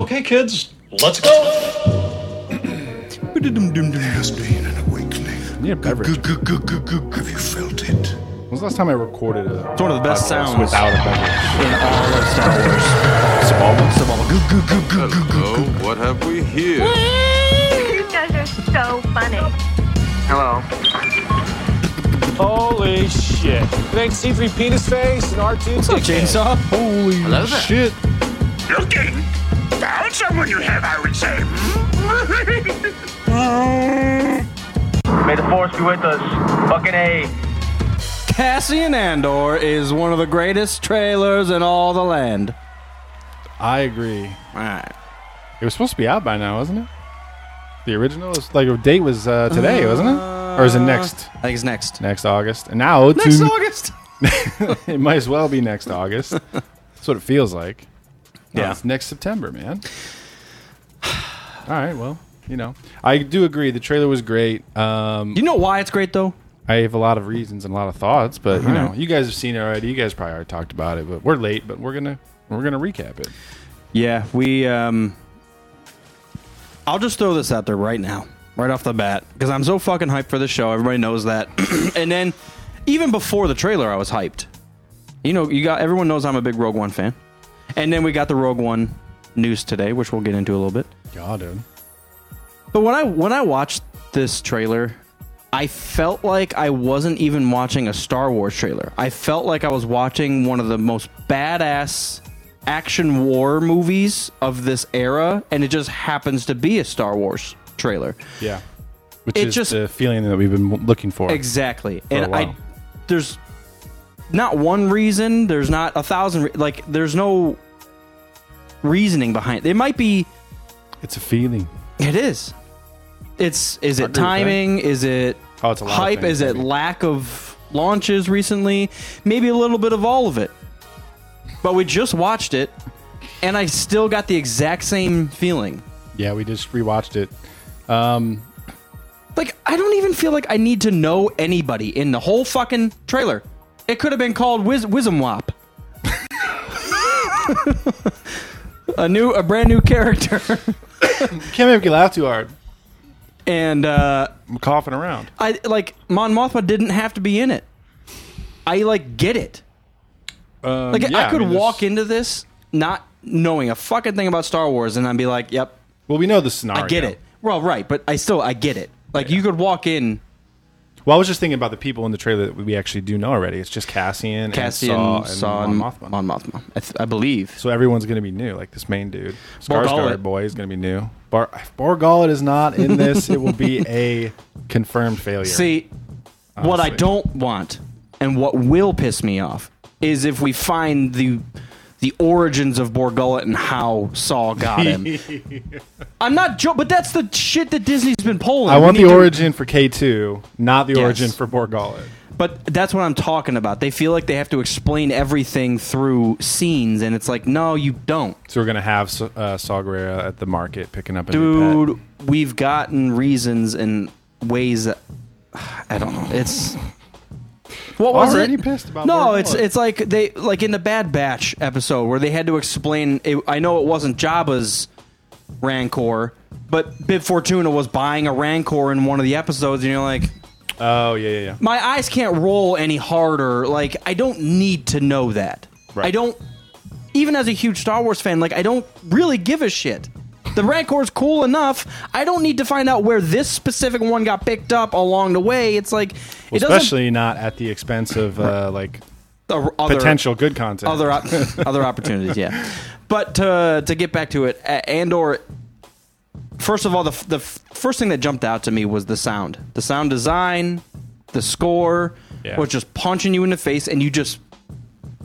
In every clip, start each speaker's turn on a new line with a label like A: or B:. A: Okay, kids, let's go.
B: has been an awakening.
C: Yeah, beverage.
B: Have you felt it?
C: When's the last time I recorded a?
D: It's one of the best
C: podcast
D: sounds
C: without a beverage.
D: in all of Star Wars. Sabal, Sabal.
E: Hello, what have we here?
F: You guys are so funny.
G: Hello.
H: Holy shit. Thanks, C3 Penis Face and R2.
D: What's up, Chainsaw?
C: Holy
E: Hello there.
C: shit!
I: Looking? Found someone you have, I would say.
G: May the force be with us. Fucking A.
D: Cassian Andor is one of the greatest trailers in all the land.
C: I agree. It
D: Alright.
C: was supposed to be out by now, wasn't it? The original was like a date was uh, today, wasn't it? Or is it next
D: I think it's next.
C: next August? And now it's
D: Uh, Next August.
C: it might as well be next August. That's what it feels like. No,
D: Yeah.
C: it's next September, man. All right, well, you know, I do agree. The trailer was great. Um,
D: You know why it's great though?
C: I have a lot of reasons and a lot of thoughts, but you know, you guys have seen it already. You guys probably already talked about it, but we're late. But we're gonna we're gonna recap it.
D: Yeah, we. Um, I'll just throw this out there right now, right off the bat, because I'm so fucking hyped for this show. Everybody knows that. and then, even before the trailer, I was hyped. You know, you got everyone knows I'm a big Rogue One fan. And then we got the Rogue One news today, which we'll get into a little bit.
C: God, dude.
D: But when I when I watched this trailer, I felt like I wasn't even watching a Star Wars trailer. I felt like I was watching one of the most badass action war movies of this era, and it just happens to be a Star Wars trailer.
C: Yeah, which
D: It
C: is
D: just-
C: the feeling that we've been looking for.
D: Exactly,
C: a
D: and I
C: while.
D: there's not one reason. There's not a thousand. Re- like there's no reasoning behind it. It might be
C: It's a feeling.
D: It is. It's is it
C: agree with that.
D: timing? Is it
C: Oh, it's a lot of
D: hype?
C: things,
D: is it
C: maybe.
D: lack of launches recently? Maybe a little bit of all of it. But we just watched it, and I still got the exact same feeling.
C: Yeah, we just rewatched it.
D: Like I don't even feel like I need to know anybody in the whole fucking trailer. It could have been called Wiz Wismwop. a new, a brand new character,
C: Can't make you laugh too hard.
D: and uh,
C: I'm coughing around.
D: I like Mon Mothma didn't have to be in it. I like get it.
C: Um,
D: Like
C: yeah,
D: I could
C: mean, there's-
D: walk into this not knowing a fucking thing about Star Wars and I'd be like, "Yep,
C: Well, we know the scenario.
D: I get it." Well, right, but I still I get it. Like you could walk in
C: Well, I was just thinking about the people in the trailer that we actually do know already. It's just Cassian,
D: Cassian
C: and Saw,
D: Saw,
C: and
D: and
C: Mon Mothma.
D: Mon Mothma, I, th- I believe.
C: So everyone's going to be new. Like this main dude, Skarsgård
D: Borgullet.
C: boy, is going to be new. Bar- if Borgullet is not in this, it will be a confirmed failure.
D: See, what I
C: Honestly.
D: don't want and what will piss me off is if we find the the origins of Borgullet and how Saul got him. I'm not joking, but that's the shit that Disney's been pulling.
C: I
D: We
C: want
D: need
C: the
D: to-
C: origin for K two, not the
D: Yes.
C: origin for Borgullet.
D: But that's what I'm talking about. They feel like they have to explain everything through scenes, and it's like, no, you don't.
C: So we're going to have uh, Saw Gerrera at the market picking up a new pet.
D: Dude, we've gotten reasons and ways that. I don't know. It's. What was
C: Already
D: it?
C: pissed about
D: no,
C: Lord
D: it's
C: Lord.
D: it's like they like in the Bad Batch episode where they had to explain. It, I know it wasn't Jabba's Rancor, but Bib Fortuna was buying a Rancor in one of the episodes, and you're like,
C: Oh yeah, yeah, yeah.
D: my eyes can't roll any harder. Like I don't need to know that.
C: Right.
D: I don't even as a huge Star Wars fan, like I don't really give a shit. The Rancor's cool enough. I don't need to find out where this specific one got picked up along the way. It's like it doesn't
C: Especially not at the expense of uh, like
D: uh, other-
C: potential good content.
D: other op- other opportunities. Yeah, but to to get back to it, a- Andor. First of all, the f- the f- first thing that jumped out to me was the sound, the sound design, the score
C: Yeah.
D: was just punching you in the face, and you just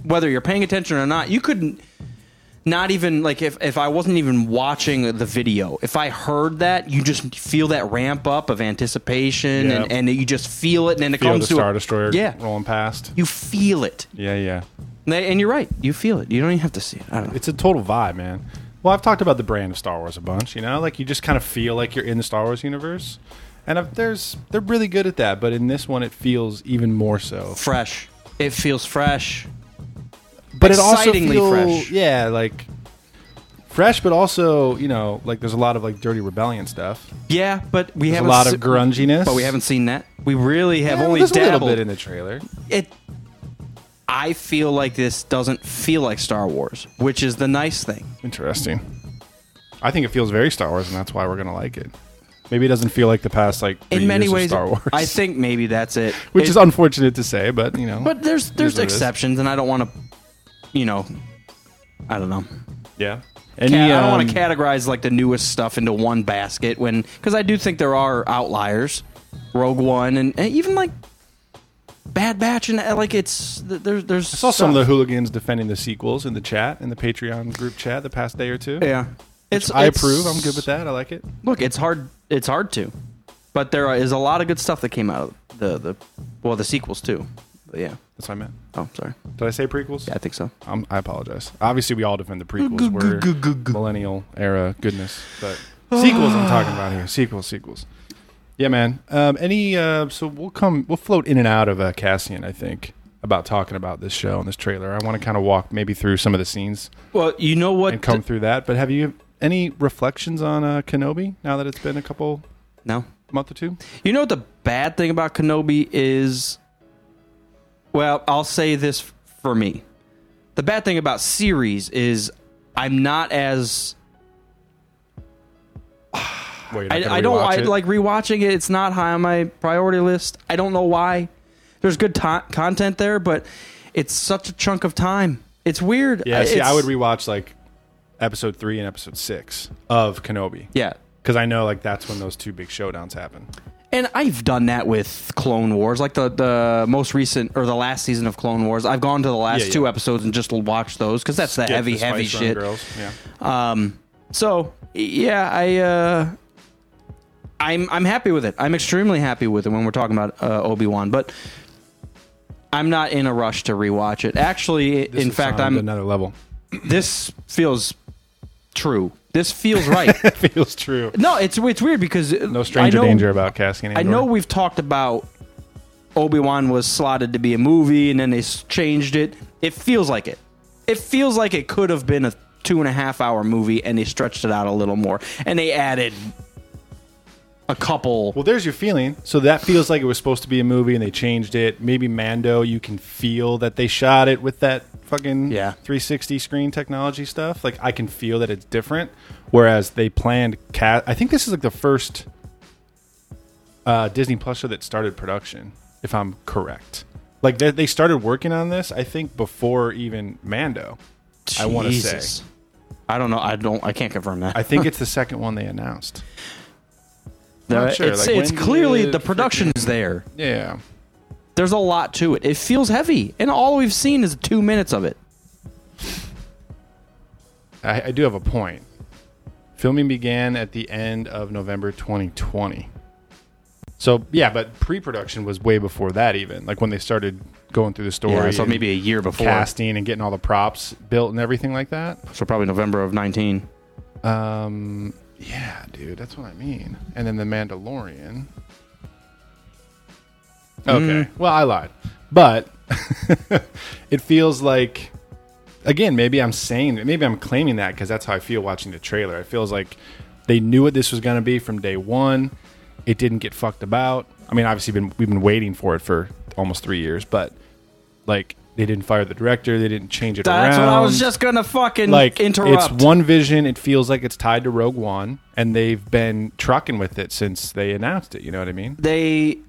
D: whether you're paying attention or not, you couldn't. Not even like if, if I wasn't even watching the video, if I heard that, you just feel that ramp up of anticipation
C: Yeah.
D: and, and you just feel it and then it
C: Feel
D: comes
C: the
D: to a-
C: Star Destroyer
D: Yeah.
C: rolling past.
D: You feel it.
C: Yeah, yeah.
D: And- And you're right. You feel it. You don't even have to see it. I don't know.
C: It's a total vibe, man. Well, I've talked about the brand of Star Wars a bunch, you know? Like you just kind of feel like you're in the Star Wars universe. And I've, there's they're really good at that, but in this one it feels even more so.
D: fresh. It feels fresh.
C: But
D: Excitingly
C: it also feel-
D: fresh.
C: Yeah, like fresh, but also you know, like there's a lot of like dirty rebellion stuff.
D: Yeah, but we
C: There's a
D: have
C: lot of grunginess,
D: But we haven't seen that. We really have
C: Yeah,
D: only
C: there's a
D: dabbled.
C: little bit in the trailer.
D: it I feel like this doesn't feel like Star Wars, which is the nice thing.
C: Interesting. I think it feels very Star Wars, and that's why we're gonna like it. Maybe it doesn't feel like the past like three
D: In many
C: years of
D: ways,
C: Star Wars.
D: I think maybe that's it.
C: which
D: is
C: is unfortunate to say, but you know,
D: But there's there's
C: what it is.
D: exceptions, and I don't want to, you know, I don't know.
C: yeah.
D: Ca- I don't want
C: um,
D: to categorize like the newest stuff into one basket when because I do think there are outliers, Rogue One, and, and even like Bad Batch, and uh, like it's th- there's there's
C: I saw some of the hooligans defending the sequels in the chat in the Patreon group chat the past day or two.
D: yeah. It's
C: I
D: it's-
C: approve. I'm good with that. I like it.
D: look, it's hard. It's hard to, but there are- is a lot of good stuff that came out of the the well the sequels too. But yeah.
C: That's what I meant.
D: Oh, sorry.
C: Did I say prequels?
D: Yeah, I think so.
C: Um, I apologize. Obviously, we all defend the prequels. We're millennial era goodness, but sequels I'm talking about here. Sequels, sequels. Yeah, man. Um, any? Uh, so we'll come. We'll float in and out of uh, Cassian. I think about talking about this show and this trailer. I want to kind of walk maybe through some of the scenes
D: Well, you know what?
C: and come through that. But have you any reflections on uh, Kenobi now that it's been a couple
D: no.
C: month or two?
D: You know what the bad thing about Kenobi is? Well, I'll say this f- for me. The bad thing about series is I'm not as
C: Wait,
D: I, I don't I, like rewatching it. It's not high on my priority list. I don't know why. There's good to- content there, but it's such a chunk of time. It's weird.
C: Yeah, see,
D: It's-
C: I would rewatch like episode three and episode six of Kenobi.
D: Yeah,
C: because I know like that's when those two big showdowns happen.
D: and I've done that with Clone Wars, like the the most recent or the last season of Clone Wars. I've gone to the last
C: Yeah,
D: two
C: yeah.
D: episodes and just watched those because that's the
C: Get
D: heavy,
C: the Spice
D: heavy
C: Run
D: shit.
C: Girls. Yeah,
D: Um, so yeah, I uh, I'm I'm happy with it. I'm extremely happy with it when we're talking about uh, Obi Wan, but I'm not in a rush to rewatch it. Actually, in fact, I'm.
C: another level.
D: This feels true. This feels right.
C: Feels true.
D: no, it's it's weird because uh,
C: No stranger danger about Cassian.
D: I
C: Andor.
D: know we've talked about Obi Wan was slotted to be a movie, and then they s- changed it. It feels like it. It feels like it could have been a two and a half hour movie, and they stretched it out a little more, and they added a couple.
C: Well, there's your feeling. So that feels like it was supposed to be a movie, and they changed it. Maybe Mando, you can feel that they shot it with that fucking
D: Yeah.
C: 360 screen technology stuff. Like I can feel that it's different. Whereas they planned cat. I think this is like the first uh, Disney Plus show that started production, if I'm correct. Like they, they started working on this, I think, before even Mando. I wanna say.
D: Jesus. I don't know. I don't. I can't confirm that.
C: I think it's the second one they announced.
D: Uh,
C: not sure,
D: It's,
C: like,
D: it's
C: when
D: clearly
C: did
D: the production's there.
C: Yeah.
D: There's a lot to it. It feels heavy, and all we've seen is two minutes of it.
C: I, I do have a point. Filming began at the end of November 2020. So yeah, but pre-production was way before that even. Like when they started going through the story,
D: Yeah, so
C: and
D: maybe a year before.
C: casting and getting all the props built and everything like that.
D: So probably November of nineteen.
C: Um, yeah, dude, that's what I mean. And then the Mandalorian.
D: Mm.
C: Okay, well, I lied, but it feels like, again, maybe I'm saying, maybe I'm claiming that because that's how I feel watching the trailer. It feels like they knew what this was going to be from day one. It didn't get fucked about. I mean, obviously, been we've been waiting for it for almost three years, but like they didn't fire the director, they didn't change it around
D: That's what I was just gonna fucking
C: like
D: interrupt.
C: it's one vision it feels like it's tied to rogue one and they've been trucking with it since they announced it you know what i mean
D: they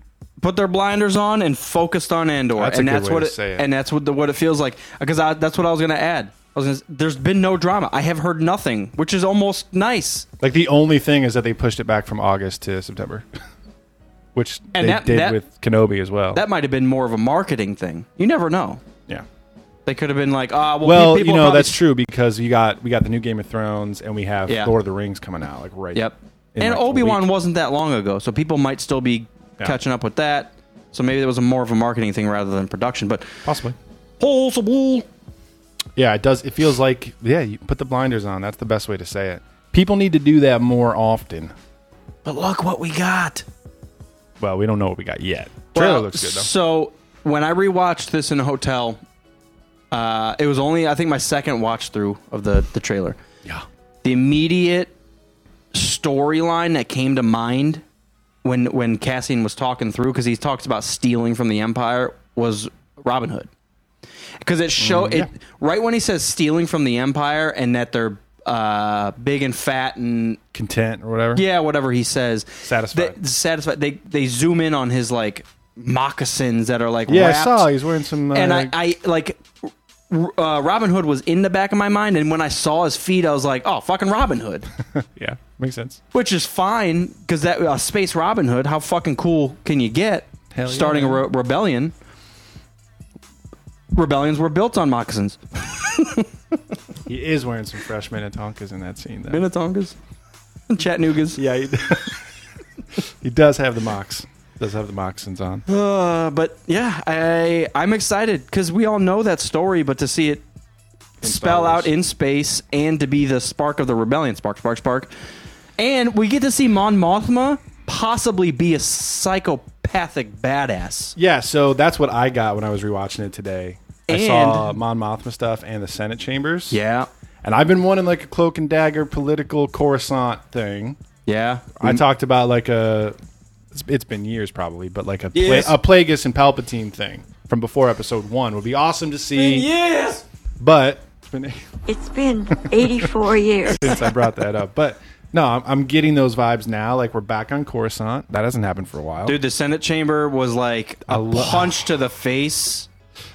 D: put their blinders on and focused on Andor,
C: That's a
D: and
C: good
D: that's
C: way
D: what
C: to
D: it,
C: say it.
D: and that's what the, what it feels like. Because that's what I was gonna add. I was gonna, s- there's been no drama. I have heard nothing, which is almost nice.
C: like the only thing is that they pushed it back from august to september which
D: And
C: they
D: that-
C: did
D: that-
C: with kenobi as well
D: That might have been more of a marketing thing. You never know.
C: yeah
D: They could have been like, ah, well,
C: well
D: people
C: you know
D: probably-
C: that's true because you got we got the new game of thrones and we have
D: Yeah.
C: lord of the rings coming out like right
D: Yep.
C: in,
D: and
C: like, a
D: Obi Wan
C: week.
D: wasn't that long ago, so people might still be
C: Yeah.
D: catching up with that. So maybe there was a more of a marketing thing rather than production. But
C: possibly
D: possible.
C: Yeah, it does. It feels like yeah, you put the blinders on. That's the best way to say it. People need to do that more often.
D: But look what we got.
C: Well, we don't know what we got yet. Trailer
D: Well,
C: looks good though.
D: So when I rewatched this in a hotel, uh, it was only I think my second watch through of the the trailer.
C: Yeah.
D: the immediate storyline that came to mind when when Cassian was talking through because he talks about stealing from the Empire was Robin Hood because it show
C: Mm,
D: it right when he says stealing from the Empire and that they're uh, big and fat and
C: content or whatever.
D: yeah, whatever he says.
C: Satisfied.
D: They, satisfied. They they zoom in on his like moccasins that are like
C: Yeah,
D: wrapped.
C: I saw he's wearing some. Uh,
D: and I, I like r- uh, Robin Hood was in the back of my mind, and when I saw his feet, I was like, oh fucking Robin Hood,
C: yeah, makes sense.
D: which is fine because that uh, space Robin Hood, how fucking cool can you get?
C: Hell yeah.
D: starting a re- rebellion. Rebellions were built on moccasins.
C: He is wearing some fresh Minnetonkas in that scene. Though.
D: Minnetonkas, Chattanoogas.
C: yeah, he, he does have the mocks. Does have the moccasins on.
D: Uh, but yeah, I I'm excited because we all know that story, but to see it spell
C: Wars.
D: out in space and to be the spark of the rebellion, spark, spark, spark, and we get to see Mon Mothma possibly be a psychopathic badass.
C: Yeah, so that's what I got when I was rewatching it today.
D: And-
C: I saw Mon Mothma stuff and the Senate chambers.
D: Yeah,
C: and I've been wanting like a cloak and dagger political Coruscant thing.
D: yeah.
C: I talked about like a. It's, it's been years probably, but like a Pla-
D: Yes.
C: a Plagueis and Palpatine thing from before Episode One would be awesome to see.
D: yes.
C: But it's been
F: It's been 84 years.
C: since I brought that up. But no, I'm, I'm getting those vibes now. Like we're back on Coruscant. That hasn't happened for a while.
D: Dude, the Senate chamber was like a
C: lo-
D: punch to the face.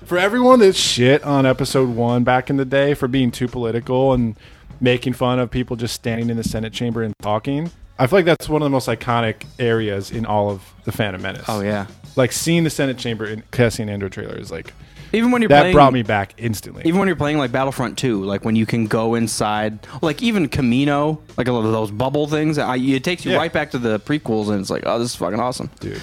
C: for everyone that shit on episode one back in the day for being too political and making fun of people just standing in the Senate chamber and talking, I feel like that's one of the most iconic areas in all of the Phantom Menace.
D: Oh yeah.
C: like seeing the Senate chamber in Cassian Andor trailer is like
D: Even when you're
C: that
D: playing,
C: brought me back instantly.
D: even when you're playing like Battlefront 2, like when you can go inside, like even Camino, like a lot of those bubble things, I, it takes you
C: Yeah.
D: right back to the prequels, and it's like, oh, this is fucking awesome,
C: Dude.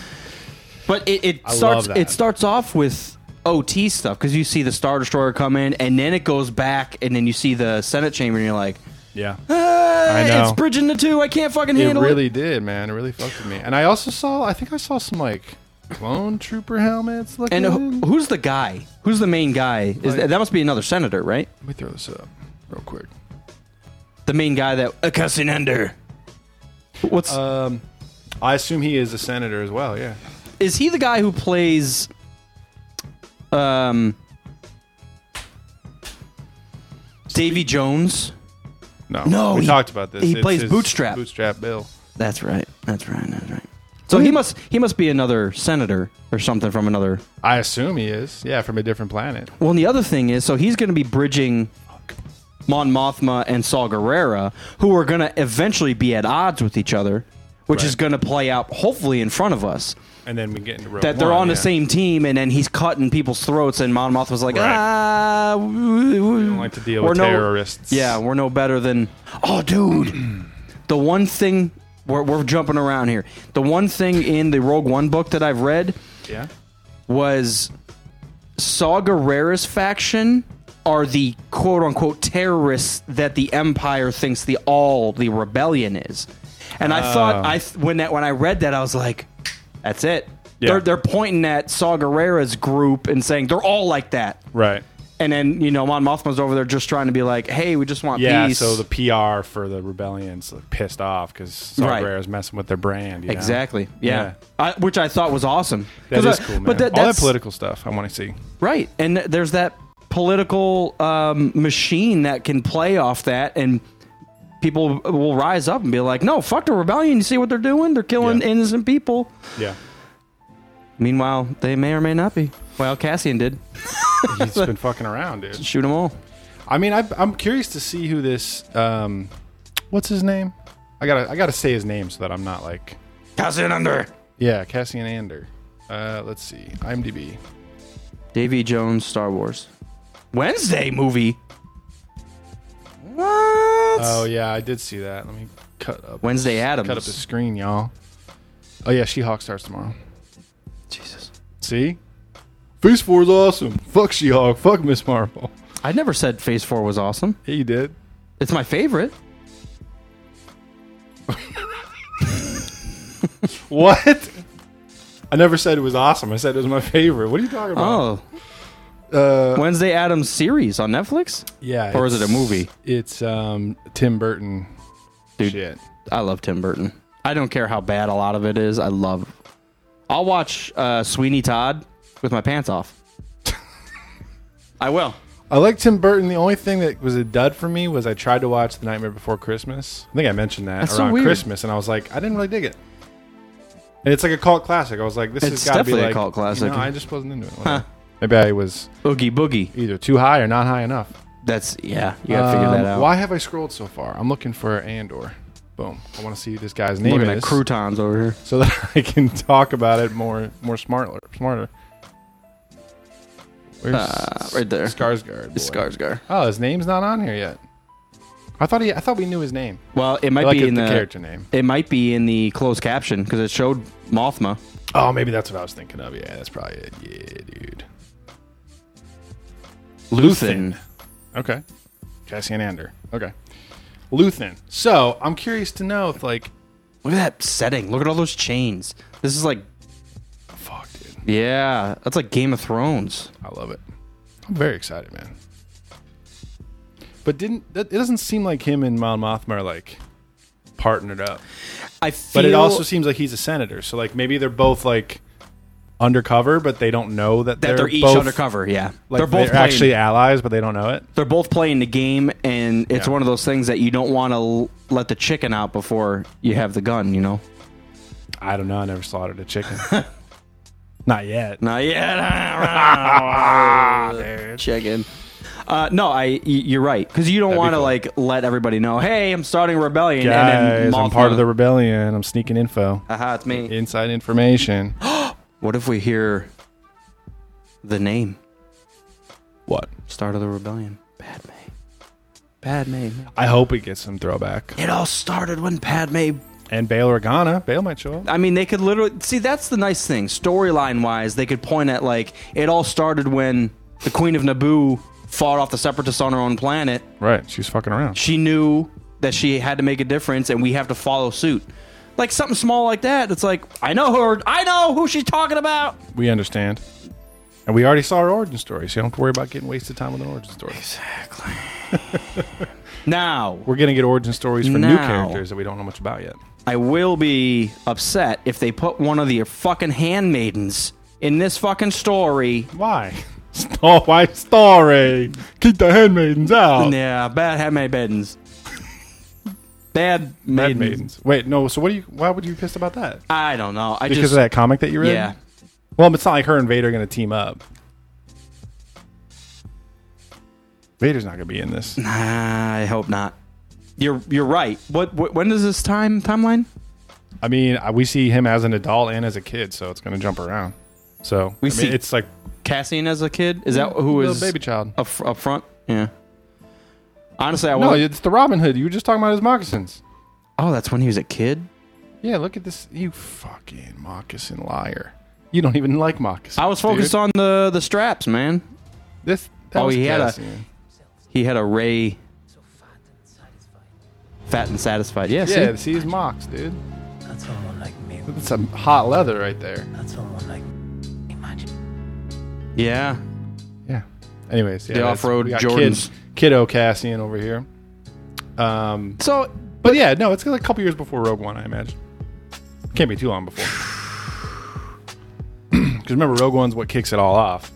D: But it, it
C: I love
D: starts
C: that.
D: it starts off with OT stuff because you see the Star Destroyer come in, and then it goes back, and then you see the Senate chamber, and you're like,
C: yeah.
D: I
C: know.
D: it's bridging the two. I can't fucking
C: It
D: handle
C: really
D: it.
C: did, man. It really fucked with me. And I also saw, I think I saw some like clone trooper helmets looking.
D: And who, who's the guy? Who's the main guy? Is
C: Mm-hmm. Like-
D: that must be another senator, right?
C: Let me throw this up real quick.
D: The main guy that a Cassinander. What's
C: Um, I assume he is a senator as well. Yeah.
D: is he the guy who plays um Davy Jones?
C: No,
D: No,
C: We
D: he-
C: talked about this.
D: he
C: It's
D: plays
C: his
D: Bootstrap.
C: Bootstrap Bill.
D: That's right. That's right. That's right. So he must he must be another senator or something from another.
C: I assume he is. Yeah, from a different planet.
D: Well, and the other thing is, so he's going to be bridging Mon Mothma and Saw Gerrera, who are going to eventually be at odds with each other, which
C: Right.
D: is going to play out hopefully in front of us.
C: And then we get into Rogue
D: that they're
C: One,
D: on
C: yeah.
D: the same team, and then he's cutting people's throats, and Mon Mothma's like,
C: Right.
D: ah, we don't
C: like to deal with terrorists."
D: Yeah, we're no better than. Oh, dude, the one thing we're, we're jumping around here. The one thing in the Rogue One book that I've read
C: Yeah.
D: was Saw Gerrera's faction are the quote unquote terrorists that the Empire thinks the all the rebellion is. And I thought
C: Oh.
D: I th- when that when I read that I was like, that's it.
C: Yeah.
D: They're they're pointing at Saw Gerrera's group and saying they're all like that.
C: Right.
D: And then you know Mon Mothma's over there just trying to be like, hey, we just want
C: Yeah.
D: peace.
C: So the PR for the rebellion's like, pissed off because
D: Right.
C: Sagrera's is messing with their brand. you know?
D: exactly yeah,
C: Yeah.
D: I, which I thought was awesome.
C: That
D: 'Cause
C: is
D: I-
C: cool, man.
D: But that,
C: All that
D: that's-
C: political stuff I want to see.
D: Right. And th- there's that political um, machine that can play off that and people will rise up and be like, "No, fuck the rebellion. You see what they're doing? They're killing
C: Yeah.
D: innocent people."
C: Yeah.
D: Meanwhile, they may or may not be. Well, Cassian did.
C: He's been fucking around, dude.
D: Shoot them all.
C: I mean, I, I'm curious to see who this. Um, what's his name? I gotta, I gotta say his name so that I'm not like.
D: Cassian under.
C: Yeah, Cassian Ander. Uh, let's see, IMDb.
D: Davy Jones Star Wars. Wednesday movie. What?
C: Oh yeah, I did see that. Let me cut up
D: Wednesday Adams.
C: cut up the screen, y'all. Oh yeah, She Hawk starts tomorrow.
D: Jesus.
C: See, Phase Four is awesome. Fuck She Hawk. Fuck Miss Marvel.
D: I never said Phase 4 was awesome.
C: Yeah, you did.
D: It's my favorite.
C: What? I never said it was awesome. I said it was my favorite. What are you talking about?
D: Oh.
C: Uh,
D: Wednesday Adams series on Netflix.
C: yeah.
D: Or is it a
C: it's-
D: movie?
C: It's um, Tim Burton.
D: Dude.
C: Shit.
D: I love Tim Burton. I don't care how bad a lot of it is. I love. I'll watch uh, Sweeney Todd with my pants off. I will.
C: I like Tim Burton. The only thing that was a dud for me was I tried to watch The Nightmare Before Christmas. I think I mentioned that
D: That's so
C: around
D: weird.
C: Christmas, and I was like, I didn't really dig it. And it's like a cult classic. I was like, this has
D: It's
C: got to be
D: definitely a
C: like
D: cult classic.
C: You know, I just wasn't into it. Maybe I was
D: Oogie Boogie.
C: either too high or not high enough.
D: That's yeah. You gotta figure
C: Um,
D: that out.
C: Why have I scrolled so far? I'm looking for Andor. Boom. I want to see this guy's name
D: Looking
C: is
D: at croutons over here.
C: so that I can talk about it more more smarter. Smarter. Where's
D: Uh, right there.
C: Skarsgård? boy?
D: Skarsgård.
C: Oh, his name's not on here yet. I thought he. I thought we knew his name.
D: Well, it might
C: like
D: be
C: it's
D: in
C: the
D: the,
C: character name.
D: It might be in the closed caption because it showed Mothma.
C: Oh, maybe that's what I was thinking of. Yeah, that's probably it. Yeah, dude.
D: Luthen.
C: Okay. Cassian Ander. Okay. Luthen. So I'm curious to know if like,
D: Look at that setting. Look at all those chains. This is like
C: fuck, dude.
D: yeah. That's like Game of Thrones.
C: I love it. I'm very excited, man. But didn't that- it doesn't seem like him and Mon Mothma are like partnered up.
D: I feel.
C: But it also seems like he's a senator. So like maybe they're both like undercover, but they don't know that,
D: that they're, each
C: both,
D: undercover. Yeah,
C: Like
D: they're both playing,
C: actually allies, but they don't know it.
D: they're both playing the game, and it's
C: Yeah.
D: one of those things that you don't want to l- let the chicken out before you have the gun. You know,
C: I don't know. I never slaughtered a chicken. Not yet.
D: not yet. chicken. Uh, no, I. y- You're right because you don't
C: That'd be
D: want to
C: cool.
D: like let everybody know. Hey, I'm starting a rebellion.
C: Guys,
D: and then
C: I'm
D: Mothma-
C: part of the rebellion. I'm sneaking info,
D: Aha, it's me.
C: inside information.
D: What if we hear the name?
C: what?
D: Start of the rebellion. Padme. Padme.
C: I hope it gets some throwback.
D: It all started when Padme
C: And Bail Organa. Bail might show up.
D: I mean, they could literally see. That's the nice thing, storyline wise. They could point at like it all started when the Queen of Naboo fought off the Separatists on her own planet.
C: Right. She's fucking around.
D: She knew that she had to make a difference, and we have to follow suit. Like something small like that. It's like I know her. I know who she's talking about.
C: We understand. And we already saw her origin story, so you don't have to worry about getting wasted time with an origin story.
D: Now
C: We're going to get origin stories for new
D: Now.
C: characters that we don't know much about yet.
D: I will be upset if they put one of the fucking handmaidens in this fucking story.
C: Why? Star- why story? Keep the handmaidens out.
D: Yeah, bad handmaidens. Bad
C: Mad
D: maidens.
C: maidens. Wait, no. So what do you? Why would you be pissed about that?
D: I don't know. I
C: Because
D: just
C: of that comic that you read.
D: yeah.
C: Well, it's not like her and Vader are going to team up. Vader's not going to be in this.
D: I hope not. You're you're right. What, what when is this time timeline?
C: I mean, I- we see him as an adult and as a kid, so it's going to jump around. So I mean,
D: We see-
C: it's like
D: Cassian as a kid is that who
C: little
D: is
C: baby child.
D: up, fr- up front? Yeah. Honestly, I
C: No,
D: was.
C: it's the Robin Hood. You were just talking about his moccasins.
D: Oh, that's when he was a kid.
C: Yeah, look at this. You fucking moccasin liar. You don't even like moccasins.
D: I was focused on the the straps, man.
C: this. That
D: Oh,
C: was
D: he had a-
C: Cassian.
D: He had a ray. Fat and satisfied. Yeah.
C: Yeah,
D: See?
C: see his mocks, dude. That's some hot leather right there.
D: Yeah.
C: Yeah. Anyways, yeah,
D: The
C: that's-
D: off-road
C: we got
D: Jordans.
C: Kid, kiddo Cassian over here. Um,
D: So
C: but yeah, no, it's a couple years before Rogue One, I imagine. Can't be too long before. Because remember, Rogue One's what kicks it all off,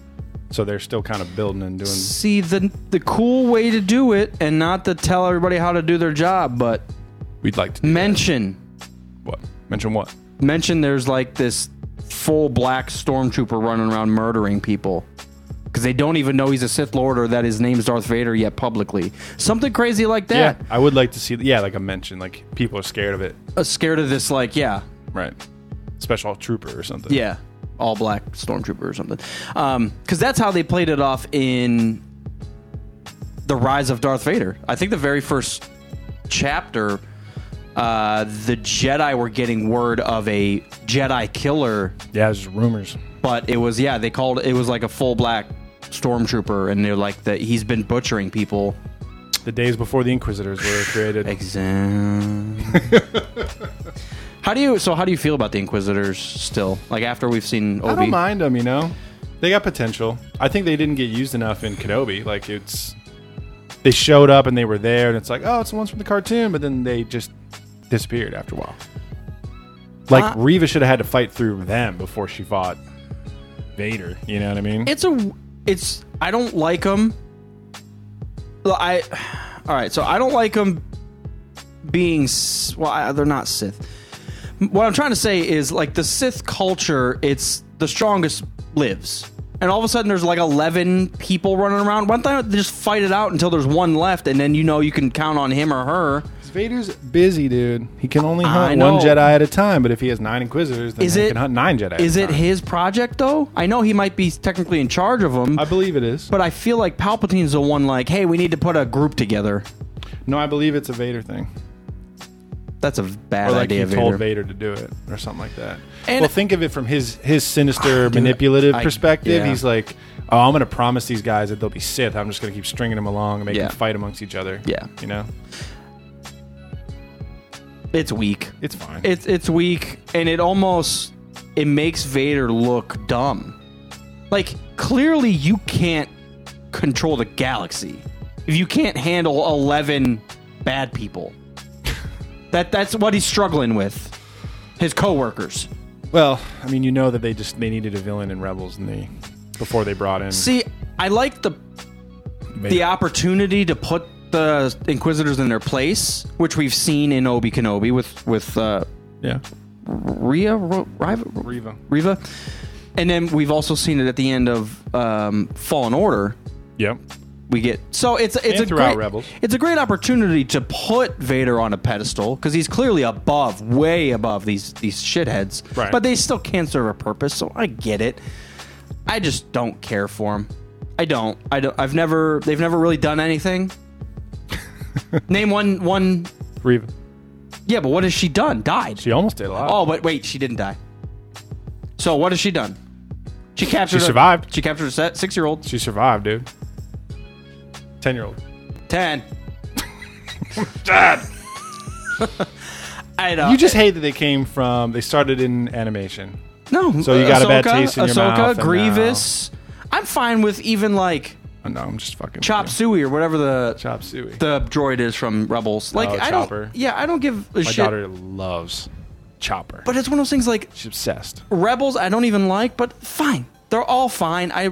C: so they're still kind of building and doing.
D: see the the cool way to do it, and not to tell everybody how to do their job, but
C: We'd like to
D: mention
C: what mention what?
D: mentioned there's like this full black stormtrooper running around murdering people because they don't even know he's a Sith Lord or that his name's Darth Vader yet publicly. Something crazy like
C: Yeah,
D: that.
C: I would like to see. Yeah, like I mentioned, like people are scared of it,
D: Uh, scared of this, like, yeah,
C: right? Special trooper or something.
D: yeah, all black stormtrooper or something. Because that's how they played it off in The Rise of Darth Vader. I think the very first chapter. Uh, the Jedi were getting word of a Jedi killer
C: yeah. There's rumors.
D: but it was yeah they called it was like a full black stormtrooper and they're like that he's been butchering people
C: The days before the Inquisitors were created.
D: exactly how do you so how do you feel about the inquisitors still like after we've seen
C: I
D: obi
C: don't mind them, you know. They got potential. I think they didn't get used enough in Kenobi. Like it's they showed up and they were there, and it's like, oh, it's the ones from the cartoon, but then they just disappeared after a while. Like
D: Uh,
C: Reva should have had to fight through them before she fought Vader. You know what I mean?
D: it's a it's I don't like them. I all right, so I don't like them being s- well. I, they're not Sith. What I'm trying to say is like the Sith culture. It's the strongest lives, and all of a sudden there's like 11 people running around. Why don't they just fight it out until there's one left, and then you know you can count on him or her.
C: Vader's busy, dude. He can only
D: I
C: hunt one
D: know.
C: Jedi at a time. But if he has nine Inquisitors, then
D: Is
C: he
D: it-
C: can hunt nine Jedi. at
D: Is
C: a
D: it
C: time.
D: his project though? I know he might be technically in charge of them,
C: I believe it is.
D: but I feel like Palpatine's the one like, hey, we need to put a group together.
C: no, I believe it's a Vader thing.
D: That's a bad
C: or like
D: idea.
C: he told
D: Vader.
C: Vader to do it or something like that.
D: And-
C: well, think of it from his his sinister manipulative
D: I-
C: perspective.
D: yeah.
C: He's like, oh, I'm going to promise these guys that they'll be Sith. I'm just going to keep stringing them along and make
D: Yeah.
C: them fight amongst each other.
D: Yeah.
C: you know,
D: It's weak.
C: it's fine.
D: It's it's weak, and it almost it makes Vader look dumb. Like clearly, you can't control the galaxy if you can't handle eleven bad people. that that's what he's struggling with. His coworkers.
C: well, I mean, you know that they just they needed a villain in Rebels and they before they brought in
D: See, I like the
C: Vader.
D: the opportunity to put the Inquisitors in their place, which we've seen in Obi Kenobi with with uh,
C: yeah
D: Rhea Ro- Riva,
C: Reva.
D: Riva. And then we've also seen it at the end of um, Fallen Order.
C: Yep.
D: We get so it's it's
C: And
D: a
C: throughout
D: great
C: Rebels.
D: it's a great opportunity to put Vader on a pedestal because he's clearly above, way above these these shitheads.
C: Right.
D: But they still can't serve a purpose, so I get it. I just don't care for him. I don't. I don't. I've never. They've never really done anything. Name one one.
C: Reva.
D: Yeah, but what has she done? Died.
C: She almost did a lot.
D: Oh, but wait, she didn't die. So what has she done? She captured.
C: She
D: a-
C: survived.
D: She captured a six-year-old.
C: she survived, dude. Ten year old.
D: Ten. I know.
C: You just hate that they came from. They started in animation.
D: no.
C: so you got a bad
D: Ahsoka-
C: taste in your
D: Ahsoka,
C: mouth, and
D: Grievous. I'm fine with even like
C: Oh, no, I'm just fucking. with
D: Chop
C: you.
D: Suey or whatever the
C: Chop Suey.
D: the droid is from Rebels. Like
C: Oh,
D: I
C: Chopper.
D: don't. Yeah, I don't give a
C: My
D: shit.
C: daughter loves Chopper.
D: But it's one of those things like
C: she's obsessed.
D: Rebels. I don't even like, but fine. They're all fine. I,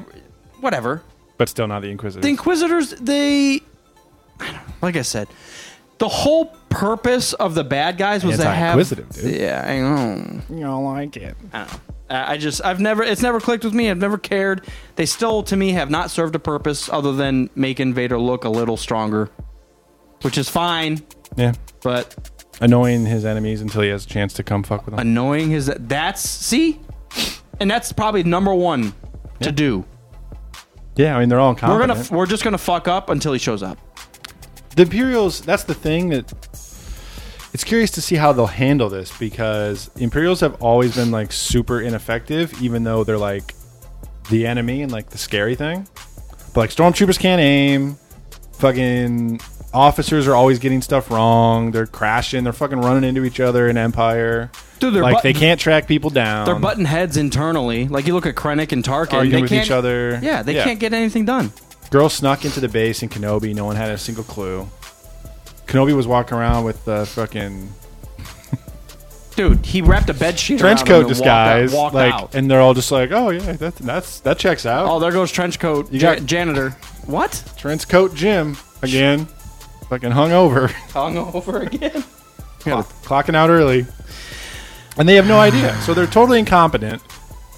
D: whatever.
C: But still not the Inquisitor.
D: the Inquisitors, they, I don't know, like I said, the whole purpose of the bad guys was to have.
C: Anti-inquisitive, dude.
D: Yeah, I know.
C: you don't like it.
D: I don't know. I I just, I've never, it's never clicked with me. I've never cared. They still, to me, have not served a purpose other than making Vader look a little stronger, which is fine,
C: Yeah.
D: but
C: Annoying his enemies until he has a chance to come fuck with them.
D: annoying is that. That's, see? And that's probably number one to do.
C: yeah, I mean they're all
D: We're
C: incompetent.
D: gonna, we're just gonna fuck up until he shows up.
C: the Imperials. That's the thing that it's curious to see how they'll handle this because Imperials have always been like super ineffective, even though they're like the enemy and like the scary thing. But like stormtroopers can't aim. Fucking officers are always getting stuff wrong. They're crashing. They're fucking running into each other in Empire.
D: Dude, they're
C: like
D: butt-
C: they can't track people down.
D: They're button heads internally. Like you look at Krennic and Tarkin,
C: Arguing
D: they
C: with
D: can't-
C: each other.
D: Yeah, they
C: Yeah.
D: can't get anything done.
C: Girl snuck into the base in Kenobi. No one had a single clue. Kenobi was walking around with the fucking
D: Dude, he wrapped a bed sheet
C: trench
D: around him
C: coat
D: and
C: disguise,
D: Walked out, walked
C: like,
D: out.
C: and they're all just like, "Oh yeah, that, that's that checks out."
D: oh, there goes trench coat
C: You
D: ja-
C: got-
D: janitor. What?
C: trench coat Jim again, fucking hung over,
D: Hung over again.
C: clocking out early, and they have no idea. So they're totally incompetent,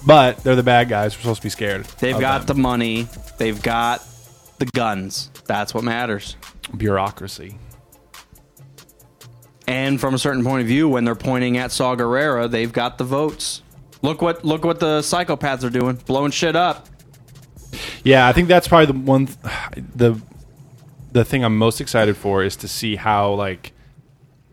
C: but they're the bad guys. We're supposed to be scared.
D: They've
C: of
D: got
C: them.
D: the money. They've got the guns. That's what matters.
C: bureaucracy.
D: And from a certain point of view, when they're pointing at Saw Gerrera, they've got the votes. Look what look what the psychopaths are doing, blowing shit up.
C: Yeah, I think that's probably the one th- the the thing I'm most excited for is to see how like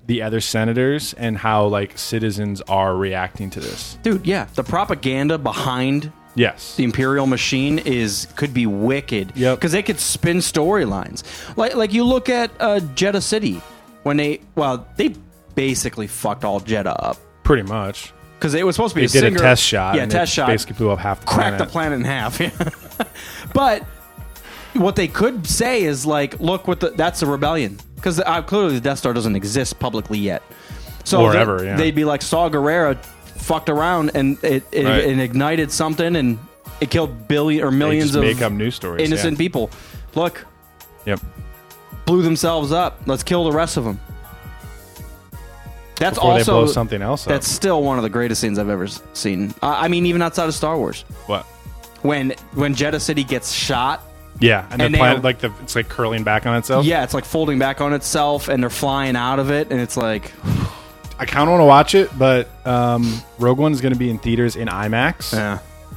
C: the other senators and how like citizens are reacting to this.
D: Dude, yeah, the propaganda behind
C: Yes.
D: the imperial machine is could be wicked
C: Yep.
D: because they could spin storylines like like you look at uh jeddah city when they well they basically fucked all jeddah up
C: Pretty much.
D: because it was supposed to be
C: They did
D: a
C: a
D: single-
C: test shot.
D: Yeah,
C: and
D: test
C: it
D: shot.
C: Basically blew up half the
D: cracked
C: planet.
D: the planet in half. but what they could say is like, look what the that's a rebellion because uh, clearly the Death Star doesn't exist publically yet. So
C: Or
D: they-
C: ever, yeah.
D: they'd be like Saw Gerrera fucked around and it, it,
C: Right.
D: it ignited something and it killed billion or
C: They
D: millions
C: just
D: of
C: make up news stories.
D: innocent
C: yeah.
D: people. Look,
C: Yep.
D: blew themselves up. Let's kill the rest of them. That's
C: Before they
D: also
C: blow something else up.
D: That's still one of the greatest scenes I've ever s- seen. Uh, I mean, even outside of Star Wars
C: What?
D: when when Jeddah City gets shot.
C: Yeah, and,
D: And
C: the
D: they
C: planet
D: don't-
C: like the it's like curling back on itself.
D: Yeah, it's like folding back on itself, and they're flying out of it, and it's like
C: I kind of want to watch it, but um, Rogue One is going to be in theaters in IMAX,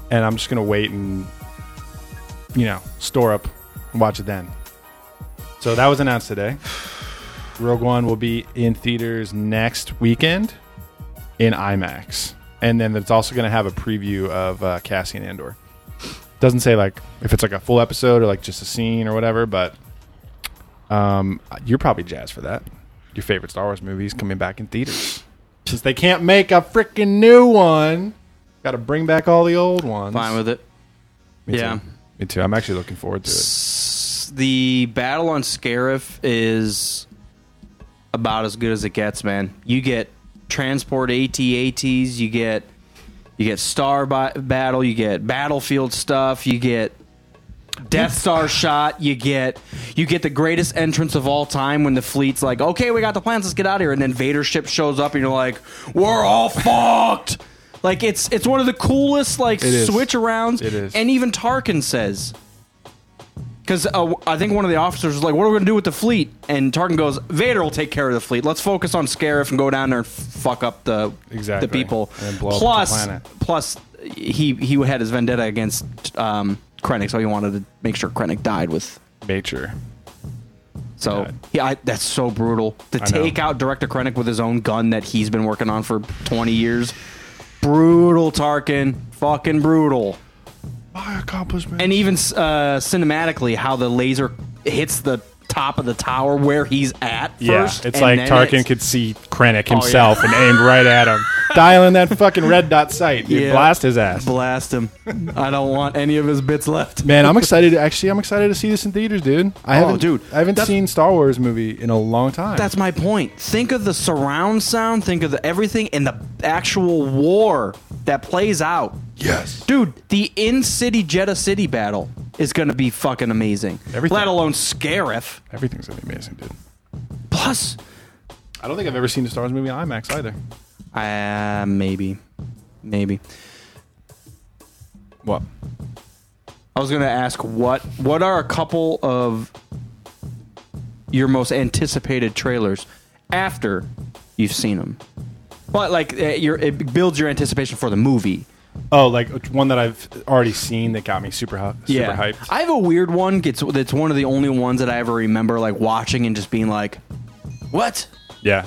C: and I'm just going to wait and you know store up and watch it then. So that was announced today. Rogue One will be in theaters next weekend in IMAX, and then it's also going to have a preview of uh, Cassian Andor. Doesn't say like if it's like a full episode or like just a scene or whatever, but um, you're probably jazzed for that. Your favorite Star Wars movies coming back in theaters since they can't make a freaking new one. Got to bring back all the old ones.
D: fine with it.
C: Me
D: yeah.
C: too. me too. I'm actually looking forward to it.
D: S- The battle on Scarif is about as good as it gets, man. You get transport AT-ATs, you get you get star bi- battle, you get battlefield stuff, you get Death Star shot, you get you get the greatest entrance of all time when the fleet's like, "Okay, we got the plans, let's get out of here." And then Vader's ship shows up and you're like, "We're all fucked." Like it's it's one of the coolest like
C: It is.
D: switch arounds
C: It is.
D: and even Tarkin says because uh, I think one of the officers was like, "What are we gonna do with the fleet?" And Tarkin goes, "Vader will take care of the fleet. Let's focus on Scarif and go down there and fuck up the
C: Exactly.
D: the people."
C: And blow up the
D: plus,
C: planet.
D: plus he he had his vendetta against um, Krennic, so he wanted to make sure Krennic died with.
C: Nature.
D: So
C: God.
D: yeah, I, that's so brutal to
C: I know.
D: take out Director Krennic with his own gun that he's been working on for twenty years. Brutal, Tarkin. Fucking brutal
B: My accomplishment.
D: and even uh, cinematically, how the laser hits the top of the tower where he's at
C: Yeah,
D: first.
C: it's
D: and
C: like
D: then
C: Tarkin
D: it's- Oh,
C: could see Krennic himself and aimed right at him, dialing that fucking red dot sight. You
D: Yeah.
C: blast his ass.
D: blast him. I don't want any of his bits left.
C: Man, I'm excited. Actually, I'm excited to see this in theaters, dude. I haven't,
D: Oh, dude,
C: I haven't
D: that's-
C: seen Star Wars movie in a long time.
D: That's my point. Think of the surround sound. Think of the everything and the actual war that plays out.
B: yes.
D: Dude, the in-city Jeddah City battle is going to be fucking amazing.
C: Everything.
D: Let alone Scarif.
C: everything's gonna be amazing, dude.
D: Plus,
C: I don't think I've ever seen a Star Wars movie in IMAX either.
D: uh, maybe, maybe.
C: What?
D: I was gonna ask what what are a couple of your most anticipated trailers after you've seen them, but like uh, your it builds your anticipation for the movie.
C: Oh, like one that I've already seen that got me super hu- super hyped.
D: I have a weird one. Gets that's one of the only ones that I ever remember like watching and just being like, "What?"
C: yeah.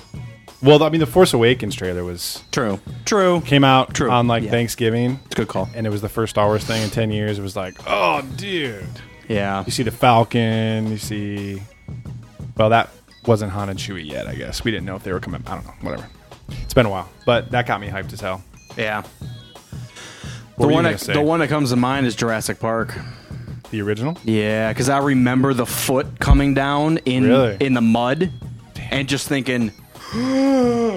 C: Well, I mean, the Force Awakens trailer was
D: True. True.
C: came out
D: True.
C: on like
D: Yeah.
C: Thanksgiving,
D: It's a good call.
C: and it was the first Star Wars thing in ten years. It was like, oh, dude.
D: Yeah.
C: You see the Falcon. You see, well, that wasn't Han and Chewie yet. I guess we didn't know if they were coming. I don't know. Whatever. It's been a while, but that got me hyped as hell.
D: Yeah.
C: What were
D: the
C: you
D: one
C: gonna
D: that,
C: say?
D: the one that comes to mind is Jurassic Park.
C: the original.
D: Yeah, because I remember the foot coming down in
C: Really?
D: in the mud, and just thinking,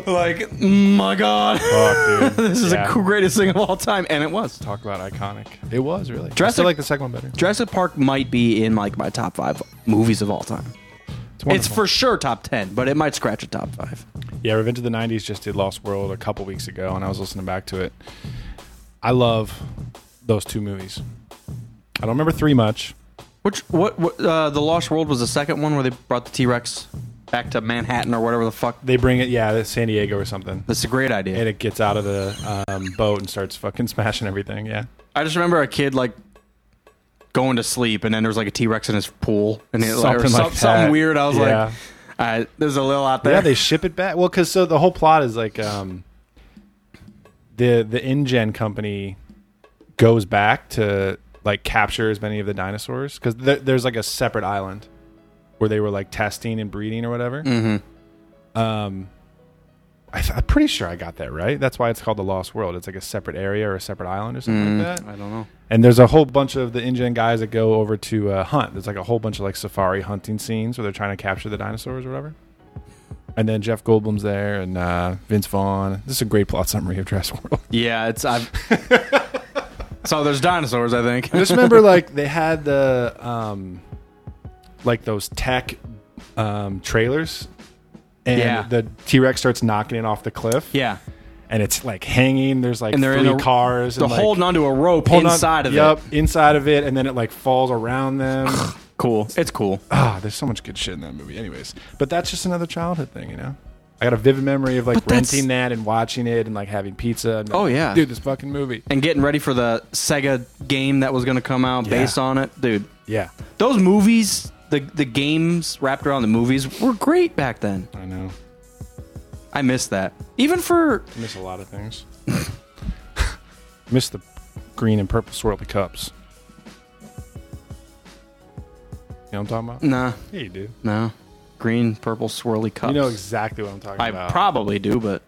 D: like, my god,
C: Fuck, dude.
D: this is
C: Yeah.
D: the greatest thing of all time, and it was.
C: Talk about iconic. It was really. I
D: Jurassic-
C: still like the second one better.
D: Jurassic Park might be in like my top five movies of all time. It's
C: wonderful.
D: for sure top ten, but it might scratch a top five.
C: Yeah, Revenge of the '90s just did Lost World a couple weeks ago, and I was listening back to it. I love those two movies. I don't remember three much.
D: Which what, what uh, the Lost World was the second one where they brought the T Rex back to Manhattan or whatever the fuck.
C: They bring it, yeah, to San Diego or something,
D: That's a great idea.
C: and it gets out of the um, boat and starts fucking smashing everything. Yeah,
D: I just remember a kid like going to sleep, and then there was like a T Rex in his pool, and it,
C: Something
D: or some-
C: like that.
D: something weird. I was
C: Yeah.
D: like, All right, "There's a little out there."
C: yeah, they ship it back. Well, because so the whole plot is like um, the the InGen company goes back to like capture as many of the dinosaurs because there, there's like a separate island
D: Mm-hmm.
C: where they were like testing and breeding or whatever. Um, I th- I'm pretty sure I got that right. That's why it's called the Lost World. It's like a separate area or a separate island or something like that.
D: Mm-hmm. I don't know.
C: And there's a whole bunch of the Indian guys that go over to uh, hunt. There's like a whole bunch of like safari hunting scenes where they're trying to capture the dinosaurs or whatever. And then Jeff Goldblum's there and uh, Vince Vaughn. This is a great plot summary of Jurassic World.
D: Yeah, it's I've. so there's dinosaurs, I think.
C: I just remember like they had the um, like those tech um, trailers, and
D: Yeah.
C: the T Rex starts knocking it off the cliff.
D: yeah,
C: and it's like hanging. There's like
D: and they're
C: three
D: in a,
C: cars.
D: They're
C: and, like,
D: holding onto a rope
C: holding on-
D: inside of
C: yep,
D: it.
C: inside of it, and then it like falls around them.
D: Cool. It's cool.
C: ah, there's so much good shit in that movie. Anyways, but that's just another childhood thing, you know. I got a vivid memory of like
D: But that's-
C: renting that and watching it and like having pizza. And, like,
D: Oh, yeah.
C: dude, this fucking movie.
D: And getting ready for the Sega game that was going to come out
C: Yeah.
D: based on it, dude.
C: Yeah,
D: Those movies, the the games wrapped around the movies were great back then.
C: I know.
D: I miss that. Even for
C: I miss a lot of things. miss the green and purple swirly cups. You know what I'm talking about?
D: nah,
C: Yeah, you do.
D: no, green, purple, swirly cups.
C: You know exactly what I'm talking
D: I
C: about.
D: probably do, but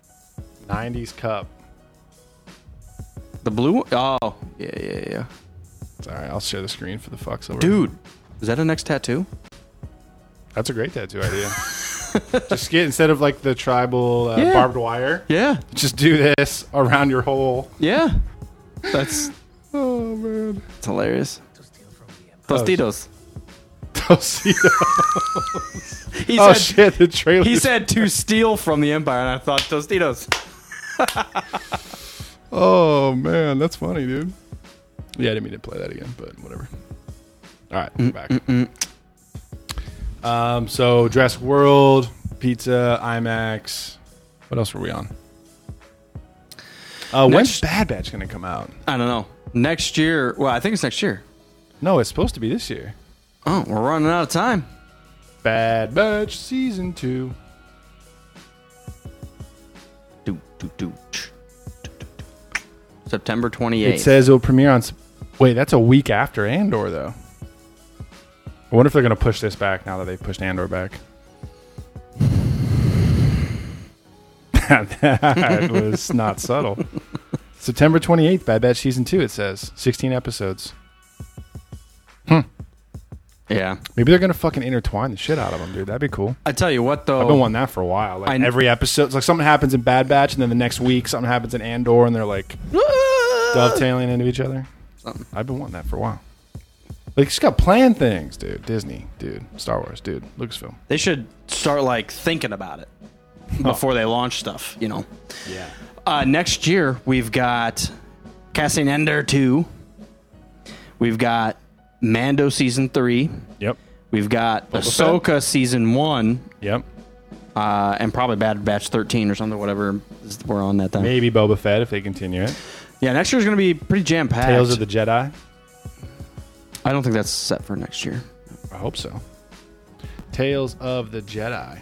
C: 90s cup.
D: the blue. Oh, yeah, yeah, yeah.
C: It's all right. I'll share the screen for the fucks over.
D: Dude, is that a next tattoo?
C: that's a great tattoo idea. just get instead of like the tribal uh,
D: Yeah.
C: barbed wire,
D: Yeah,
C: just do this around your hole.
D: yeah. That's
C: Oh man,
D: it's hilarious. Tostitos.
C: Tostitos.
D: He
C: oh
D: said,
C: shit, the trailer.
D: He said to steal from the empire, and I thought Tostitos.
C: "Oh man, that's funny, dude." Yeah, I didn't mean to play that again, but whatever. All right, we're back. Um, so Jurassic World, pizza, IMAX. What else were we on? Uh, when's
D: Next-
C: Bad Batch gonna come out?
D: I don't know. Next year, well, I think it's next year.
C: No, it's supposed to be this year.
D: Oh, we're running out of time.
C: Bad Batch season two.
D: Do, do, do, ch- do, do, do. September 28th.
C: It says it'll premiere on. s- Wait, that's a week after Andor, though. I wonder if they're going to push this back now that they've pushed Andor back. that was not subtle. September 28th, Bad Batch Season 2, it says. 16 episodes.
D: yeah.
C: Maybe they're going to fucking intertwine the shit out of them, dude. That'd be cool.
D: I tell you what, though.
C: I've been wanting that for a while. Like
D: I kn-
C: every episode, it's like something happens in Bad Batch, and then the next week something happens in Andor, and they're like dovetailing into each other.
D: Something.
C: I've been wanting that for a while. Like, just got plan things, dude. Disney, dude. Star Wars, dude. Lucasfilm.
D: They should start, like, thinking about it before they launch stuff, you know?
C: Yeah.
D: Uh, next year, we've got Cassian Ender 2. We've got Mando Season 3.
C: Yep.
D: We've got
C: Boba
D: Ahsoka Season 1.
C: Yep.
D: uh, and probably Bad Batch 13 or something, whatever is- we're on that time.
C: Maybe Boba Fett if they continue it.
D: Yeah, next year's going to be pretty jam packed.
C: Tales of the Jedi.
D: I don't think that's set for next year.
C: I hope so. Tales of the Jedi.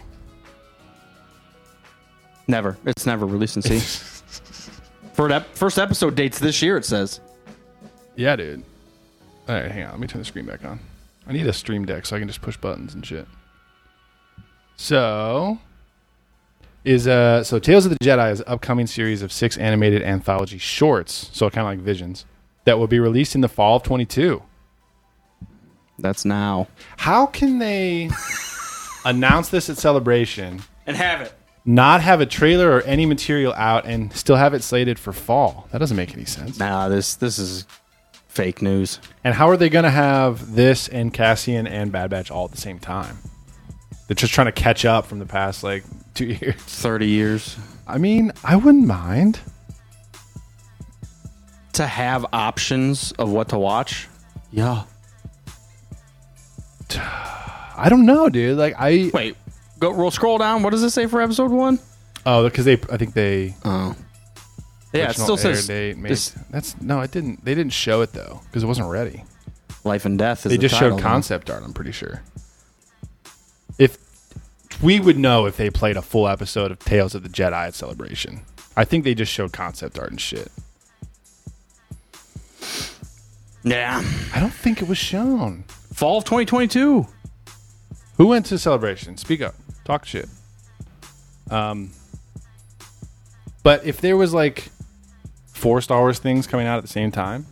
D: Never. It's never released in C. for ep- first episode dates this year, it says.
C: Yeah, dude. All right, hang on. Let me turn the screen back on. I need a stream deck so I can just push buttons and shit. So is uh so Tales of the Jedi is an upcoming series of six animated anthology shorts, so kind of like Visions, that will be released in the fall of 22.
D: That's now.
C: How can they announce this at Celebration,
D: And have it.
C: not have a trailer or any material out, and still have it slated for fall? That doesn't make any sense.
D: Nah, this this is fake news.
C: And how are they going to have this and Cassian and Bad Batch all at the same time? They're just trying to catch up from the past like two years.
D: 30 years.
C: I mean, I wouldn't mind.
D: To have options of what to watch. Yeah.
C: I don't know, dude. Like I
D: Wait, go roll scroll down. What does it say for episode one?
C: oh, because they I think they
D: Oh. Yeah, it
C: Uh, original
D: still
C: air
D: says
C: date made-
D: this-
C: that's no, it didn't. They didn't show it though because it wasn't ready.
D: Life and Death is
C: They
D: the
C: just
D: title,
C: showed
D: huh?
C: concept art. I'm pretty sure. If we would know if they played a full episode of Tales of the Jedi at Celebration, I think they just showed concept art and shit.
D: Yeah.
C: I don't think it was shown.
D: Fall of 2022.
C: Who went to celebration? Speak up. Talk shit. Um, But if there was like four Star Wars things coming out at the same time,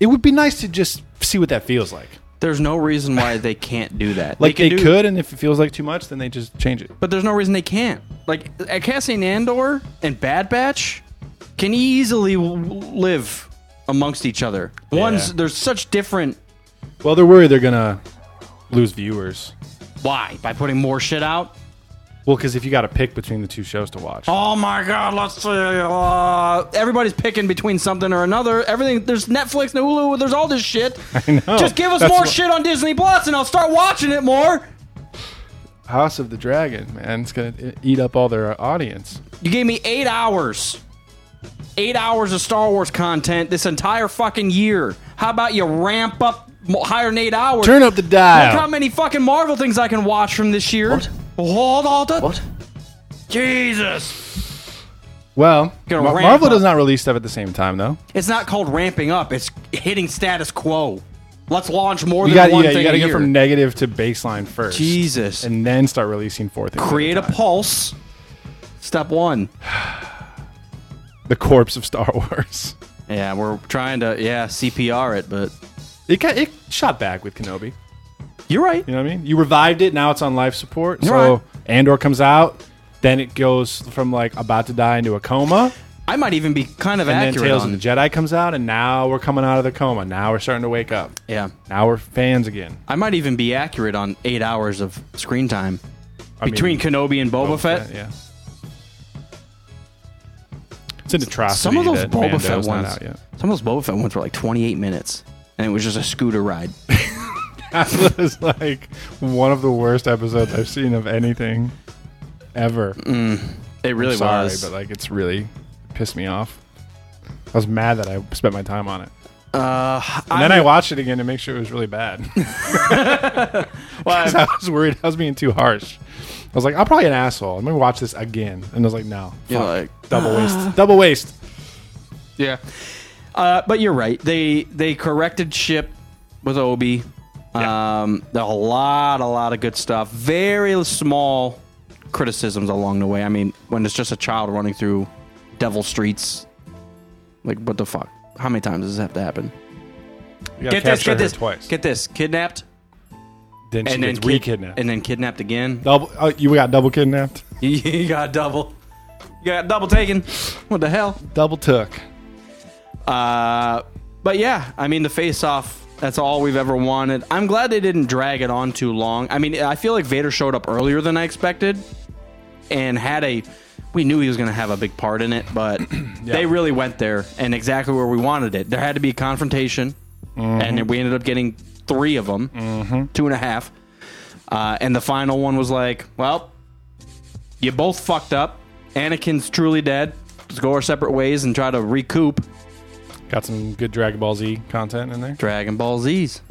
C: it would be nice to just see what that feels like.
D: There's no reason why they can't do that.
C: Like they,
D: can do-
C: could, and if it feels like too much, then they just change it.
D: but there's no reason they can't. Like uh, Cassian Andor and Bad Batch can easily w- w- live amongst each other. One's
C: Yeah.
D: there's such different.
C: Well, they're worried they're gonna lose viewers.
D: Why by putting more shit out?
C: Well, because if you got to pick between the two shows to watch,
D: Oh my god, let's see. Uh, everybody's picking between something or another. Everything there's Netflix and Hulu. There's all this shit.
C: I know.
D: Just give us
C: That's
D: more
C: what-
D: shit on Disney Plus, and I'll start watching it more.
C: House of the Dragon, man, it's gonna e- eat up all their uh, audience.
D: You gave me eight hours. Eight hours of Star Wars content this entire fucking year. How about you ramp up mo- higher than eight hours?
C: Turn up the dial.
D: Look how many fucking Marvel things I can watch from this year. What? Hold on. to-
I: What?
D: Jesus.
C: Well,
D: Gonna
C: Mar-
D: ramp
C: Marvel
D: up.
C: does not release stuff at the same time though.
D: It's not called ramping up. It's hitting status quo. Let's launch more
C: You
D: than
C: got
D: one
C: yeah,
D: thing
C: you got
D: a
C: to get
D: year.
C: from negative to baseline first.
D: Jesus.
C: and then start releasing four things. at
D: Create a
C: time.
D: pulse. Step one.
C: the corpse of Star Wars.
D: Yeah, we're trying to yeah CPR it, but
C: It got, it shot back with Kenobi.
D: you're right.
C: You know what I mean? You revived it. Now it's on life support.
D: You're
C: so
D: right.
C: Andor comes out. Then it goes from like about to die into a coma,
D: I might even be kind of
C: and then
D: accurate
C: Tales
D: on
C: of the Jedi comes out, and now we're coming out of the coma. Now we're starting to wake up.
D: Yeah.
C: Now we're fans again.
D: I might even be accurate on eight hours of screen time
C: I mean,
D: between Kenobi and Boba, Fett.
C: yeah. It's an atrocity.
D: Some of those
C: that
D: Boba
C: Mando's
D: Fett
C: not
D: ones,
C: out yet.
D: some of those Boba Fett ones were like 28 minutes, and it was just a scooter ride.
C: That was like one of the worst episodes I've seen of anything ever.
D: It really
C: Sorry,
D: was.
C: but like it's really pissed me off. I was mad that I spent my time on it.
D: uh,
C: And then I watched it again to make sure it was really bad. 'Cause I was worried I was being too harsh. I was like, I'm probably an asshole. I'm gonna watch this again. And I was like, no,
D: You're
C: fuck.
D: like, "Ah."
C: double waste, double waste.
D: yeah. Uh, but you're right. They they corrected ship with Obi. Um, a lot, a lot of good stuff. Very small criticisms along the way. I mean, when it's just a child running through devil streets, like what the fuck? How many times does this have to happen?
C: You gotta
D: Get this,
C: capture
D: get
C: her
D: this,
C: twice.
D: get this. Kidnapped
C: then she
D: and then
C: gets re-kidnapped.
D: and then kidnapped again.
C: double, oh, you got double kidnapped,
D: you got double. You got double taken. What the hell?
C: double took.
D: Uh, but yeah, I mean the face-off. That's all we've ever wanted. I'm glad they didn't drag it on too long. I mean, I feel like Vader showed up earlier than I expected, and had a. We knew he was going to have a big part in it, but they really went there and exactly where we wanted it. There had to be a confrontation, and then we ended up getting three of them, two and a half. Uh, and the final one was like, well, you both fucked up. Anakin's truly dead. Let's go our separate ways and try to recoup.
C: Got some good Dragon Ball Z content in there.
D: Dragon Ball Z's.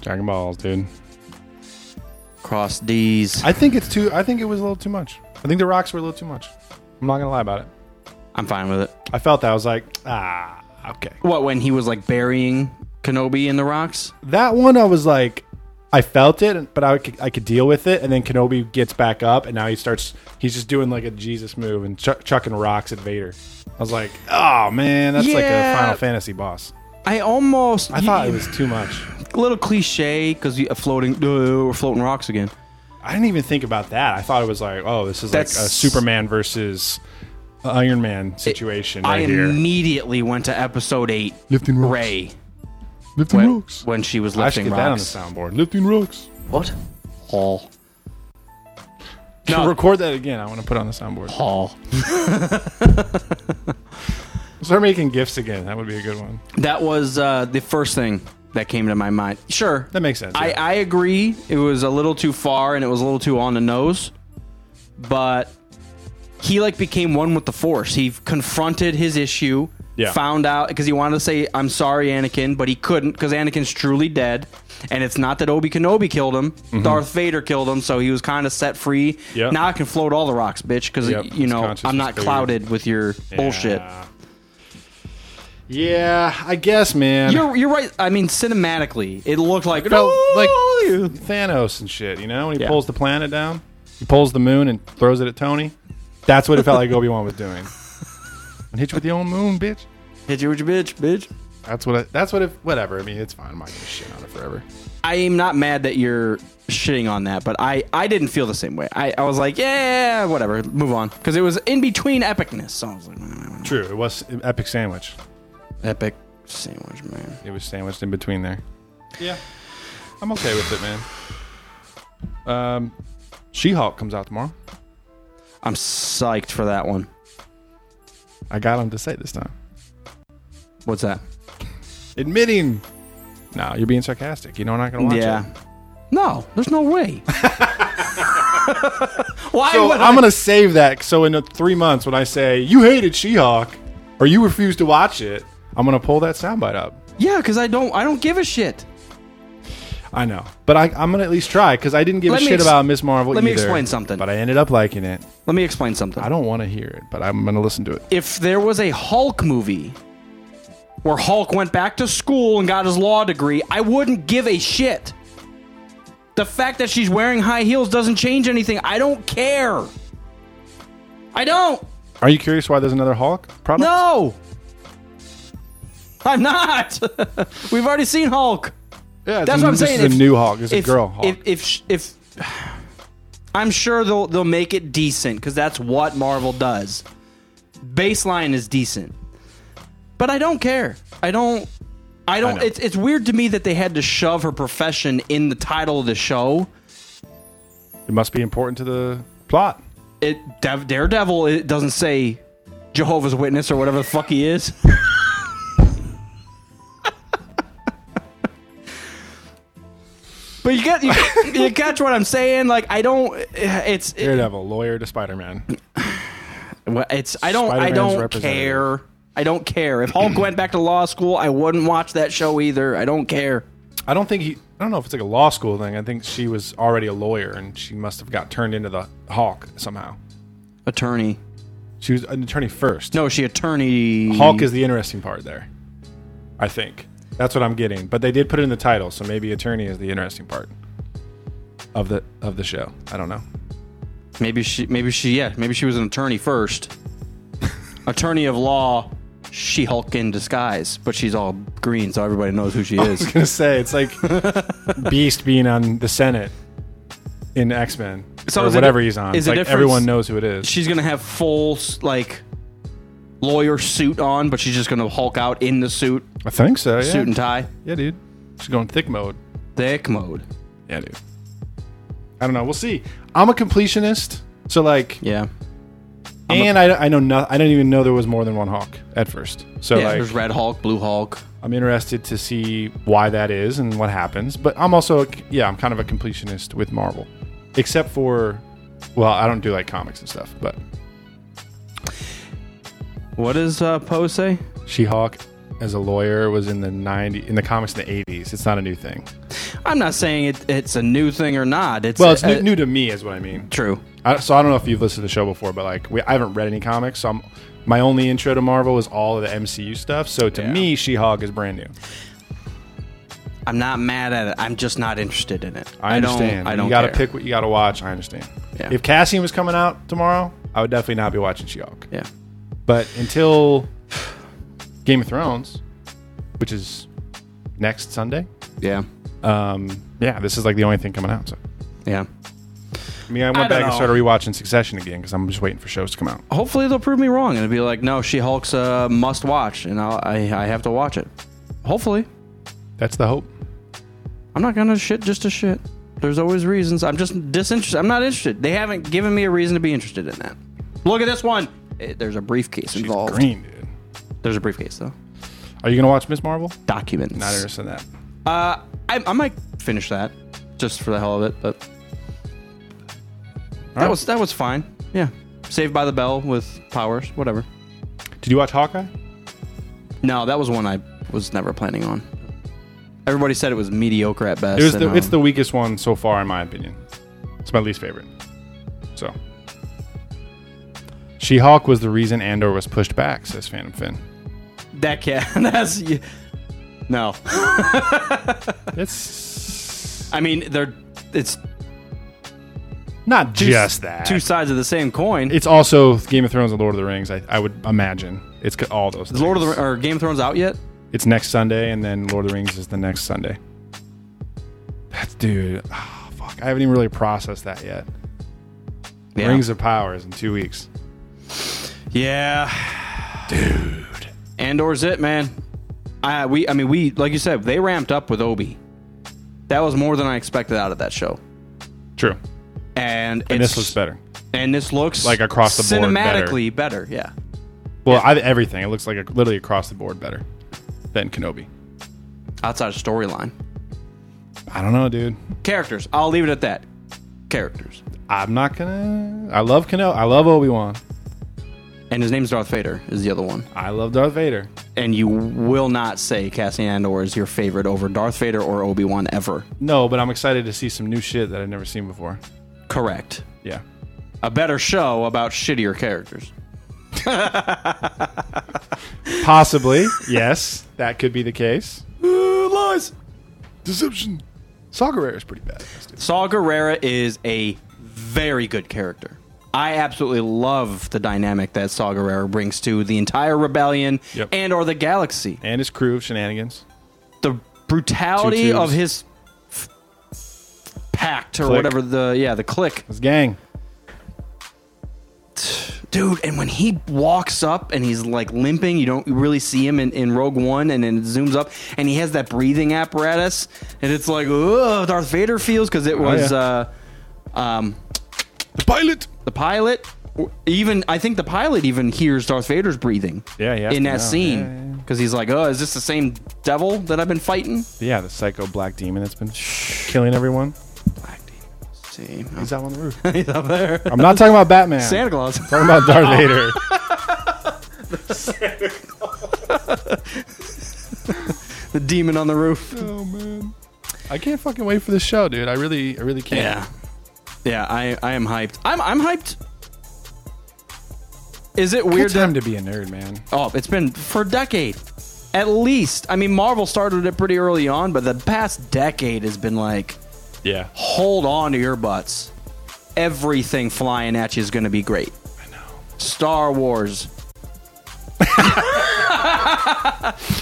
C: Dragon Balls, dude.
D: Cross D's. I,
C: I think it's too. I think it was a little too much. I think the rocks were a little too much. I'm not gonna lie about it.
D: am fine with it.
C: I felt that. I was like, ah, okay.
D: What, when he was like burying Kenobi in the rocks?
C: That one, I was like, I felt it, but I could, I could deal with it. And then Kenobi gets back up, and now he starts. He's just doing like a Jesus move and chuck chucking rocks at Vader. I was like, oh man, that's like a
D: Yeah.
C: Final Fantasy boss.
D: I almost.
C: I thought it was too much.
D: A little cliche because floating. uh, we're floating rocks again.
C: I didn't even think about that. I thought it was like, oh, this is like a
D: That's-
C: Superman versus Iron Man situation
D: I
C: right here.
D: immediately went to episode 8.
B: Lifting rocks.
D: Ray.
B: Lifting
D: When,
B: rocks.
D: when she was
C: I should
D: lifting
C: get
D: rocks.
C: that on the soundboard. Lifting rocks.
I: What?
D: Hall.
C: No. Record that again. I want to put it on the soundboard.
D: Hall.
C: Start making gifts again. That would be a good one.
D: That was uh, the first thing that came to my mind. Sure.
C: That makes sense.
D: I,
C: yeah.
D: I agree. It was a little too far and it was a little too on the nose. But he like became one with the force. He confronted his issue,
C: Yeah.
D: found out because he wanted to say I'm sorry Anakin, but he couldn't because Anakin's truly dead. And it's not that Obi Kenobi killed him.
C: Mm-hmm.
D: Darth Vader killed him, so he was kind of set free.
C: Yep.
D: Now I can float all the rocks, bitch, because
C: Yep,
D: you
C: his
D: know
C: conscience
D: I'm
C: is
D: not
C: clear.
D: clouded with your bullshit.
C: Yeah, I guess, man.
D: You're you're right. I mean, cinematically, it looked like
C: felt like
D: "Oh, you."
C: Thanos and shit. You know, when he
D: Yeah.
C: pulls the planet down, he pulls the moon and throws it at Tony. That's what it felt like Obi Wan was doing. And hit you with the own moon, bitch.
D: Hit you with your bitch, bitch.
C: That's what. I, that's what. If whatever. I mean, it's fine. I'm not gonna shit on it forever.
D: I am not mad that you're shitting on that, but I, I didn't feel the same way. I, I was like, yeah, whatever, move on. Because it was in between epicness. So I was like, mm,
C: True. It was an epic sandwich.
D: epic sandwich, man.
C: It was sandwiched in between there. Yeah, I'm okay with it, man. Um, She-Hulk comes out tomorrow.
D: I'm psyched for that one.
C: I got him to say it this time.
D: What's that?
C: Admitting. No, you're being sarcastic. You know I'm not gonna watch
D: yeah.
C: it.
D: No, there's no way. Why
C: So
D: would
C: I'm gonna save that. So in uh, three months, when I say you hated She-Hulk or you refused to watch it, I'm gonna pull that soundbite up.
D: Yeah, because I don't I don't give a shit.
C: I know, but I, I'm gonna at least try because I didn't give
D: Let
C: a
D: me
C: shit
D: ex-
C: about Miss Marvel.
D: let me
C: either,
D: explain something.
C: But I ended up liking it.
D: Let me explain something.
C: I don't want to hear it, but I'm gonna listen to it.
D: if there was a Hulk movie where Hulk went back to school and got his law degree, I wouldn't give a shit. The fact that she's wearing high heels doesn't change anything. I don't care. I don't.
C: Are you curious why there's another Hulk product?
D: No. I'm not. We've already seen Hulk.
C: yeah, it's
D: That's
C: a-
D: what I'm
C: this
D: saying.
C: Is
D: If-
C: a new Hulk. It's a
D: if-
C: girl Hulk.
D: If, if sh- if I'm sure they'll they'll make it decent because that's what Marvel does. Baseline is decent, but I don't care. I don't. I don't.
C: know.
D: it's it's weird to me that they had to shove her profession in the title of the show.
C: it must be important to the plot.
D: It Dev, Daredevil. It doesn't say Jehovah's Witness or whatever the fuck he is. But you get you, you catch what I'm saying? Like I don't. It's it-
C: Daredevil, lawyer to Spider-Man.
D: Well, it's I don't I
C: Spider-Man's
D: don't
C: representative.
D: care. I don't care. If Hulk went back to law school, I wouldn't watch that show either. I don't care.
C: I don't think he. I don't know if it's like a law school thing. I think she was already a lawyer, and she must have got turned into the Hulk somehow.
D: Attorney.
C: She was an attorney first.
D: No, she attorney.
C: Hulk is the interesting part there. I think that's what I'm getting. But they did put it in the title, so maybe attorney is the interesting part of the of the show. I don't know.
D: maybe she maybe she yeah, maybe she was an attorney first. attorney of law, she Hulk in disguise, but she's all green so everybody knows who she
C: I was
D: is.
C: gonna say it's like Beast being on the Senate in X Men
D: So
C: or
D: is it-
C: whatever he's on.
D: is
C: It's
D: the
C: like
D: difference-
C: everyone knows who it is.
D: she's going to have full s- like lawyer suit on, but she's just going to Hulk out in the suit,
C: I think so. Yeah.
D: suit and tie.
C: Yeah, dude. She's going thick mode.
D: Thick mode.
C: Yeah, dude. I don't know. We'll see. I'm a completionist, so like,
D: Yeah.
C: and I I know not, I didn't even know there was more than one Hawk at first. So
D: Yeah,
C: like,
D: there's Red Hulk, Blue Hulk.
C: I'm interested to see why that is and what happens. But I'm also, yeah, I'm kind of a completionist with Marvel, except for, well, I don't do like comics and stuff, but
D: What does uh, Poe say?
C: She-Hulk as a lawyer was in the 90 in the comics in the 80s. It's not a new thing.
D: I'm not saying it, it's a new thing or not. It's
C: Well, it's new,
D: uh,
C: new to me, is what I mean.
D: True.
C: I, so I don't know if you've listened to the show before, but like we, I haven't read any comics. So I'm, my only intro to Marvel is all of the MCU stuff. So to
D: Yeah.
C: me, She-Hulk is brand new.
D: I'm not mad at it. I'm just not interested in it.
C: I understand.
D: Don't, I don't.
C: You got to
D: care.
C: pick what you got to watch. I understand.
D: Yeah.
C: If Cassian was coming out tomorrow, I would definitely not be watching She-Hulk.
D: Yeah.
C: But until Game of Thrones, which is next Sunday,
D: Yeah.
C: um, yeah, this is like the only thing coming out. So.
D: Yeah.
C: I mean, I went
D: I don't
C: back and
D: know.
C: started rewatching Succession again because I'm just waiting for shows to come out.
D: Hopefully they'll prove me wrong and it'll be like, no, She Hulk's a must watch, and I'll, I I have to watch it. Hopefully,
C: That's the hope.
D: I'm not gonna shit just to shit. There's always reasons. I'm just disinterested. I'm not interested. They haven't given me a reason to be interested in that. Look at this one. Eh, There's a briefcase
C: She's
D: involved.
C: green, dude.
D: There's a briefcase though.
C: Are you gonna watch Miss Marvel?
D: Documents.
C: Not interested in that.
D: Uh, I, I might finish that just for the hell of it, but that
C: right.
D: was that was fine. Yeah, Saved by the Bell with powers, whatever.
C: Did you watch Hawkeye?
D: No, that was one I was never planning on. Everybody said it was mediocre at best.
C: It was
D: and,
C: the,
D: um,
C: it's the weakest one so far, in my opinion. It's my least favorite. So, She-Hulk was the reason Andor was pushed back, says Phantom Finn.
D: that cat. That's y- no.
C: It's
D: I mean, they're it's
C: Not
D: Two-
C: just that.
D: Two sides of the same coin.
C: it's also Game of Thrones and Lord of the Rings. I, I would imagine it's c- all those.
D: Is Lord of the
C: things.
D: Ri- uh, or Game of Thrones out yet?
C: It's next Sunday, and then Lord of the Rings is the next Sunday. That's dude. ah, fuck, I haven't even really processed that yet.
D: Yeah.
C: Rings of Power is in two weeks.
D: Yeah, dude. Andor's it, man. I we I mean we like you said they ramped up with Obi. That was more than I expected out of that show,
C: True. And
D: and, it's-
C: this looks better.
D: And this looks
C: Like across the board better.
D: cinematically better. Yeah,
C: Well, I, everything. It looks like a, literally across the board better than Kenobi.
D: outside of storyline,
C: I don't know, dude.
D: characters. I'll leave it at that. Characters,
C: I'm not gonna. I love Kenobi. I love Obi Wan.
D: and his name's Darth Vader is the other one.
C: I love Darth Vader.
D: And you will not say Cassian Andor is your favorite over Darth Vader or Obi Wan ever.
C: No, but I'm excited to see some new shit that I've never seen before.
D: Correct.
C: Yeah.
D: A better show about shittier characters.
C: Possibly. yes, that could be the case.
D: lies.
B: Deception.
C: Saw Gerrera is pretty bad.
D: Saul Guerrera is a very good character. I absolutely love the dynamic that Saul Guerrera brings to the entire rebellion
C: Yep.
D: and or the galaxy.
C: And his crew of shenanigans.
D: The brutality
C: Two tubes.
D: of his f- pact or
C: Click.
D: whatever the yeah, the click.
C: His gang.
D: Dude, and when he walks up and he's like limping, you don't really see him in, in Rogue One, and then it zooms up and he has that breathing apparatus, and it's like, ugh, Darth Vader feels because
C: Oh,
D: it was uh, um,
B: The pilot.
D: the pilot or even i think the pilot even hears darth vader's breathing
C: Yeah, he has
D: in
C: to know. Yeah, yeah,
D: that scene because he's like oh is this the same devil that i've been fighting
C: Yeah, the psycho black demon that's been killing everyone.
D: see
C: He's out on the roof.
D: he's up there
C: I'm not talking about Batman.
D: santa claus
C: I'm talking about Darth Vader.
D: the demon on the roof
C: oh man. I can't fucking wait for this show, dude. I really I really can't.
D: yeah yeah i i am hyped i'm i'm hyped is it
C: Weird
D: weird that
C: time to be a nerd, man.
D: oh it's been for a decade at least i mean marvel started it pretty early on but the past decade has been like
C: Yeah.
D: hold on to your butts. Everything flying at you is going to be great. I know. Star Wars.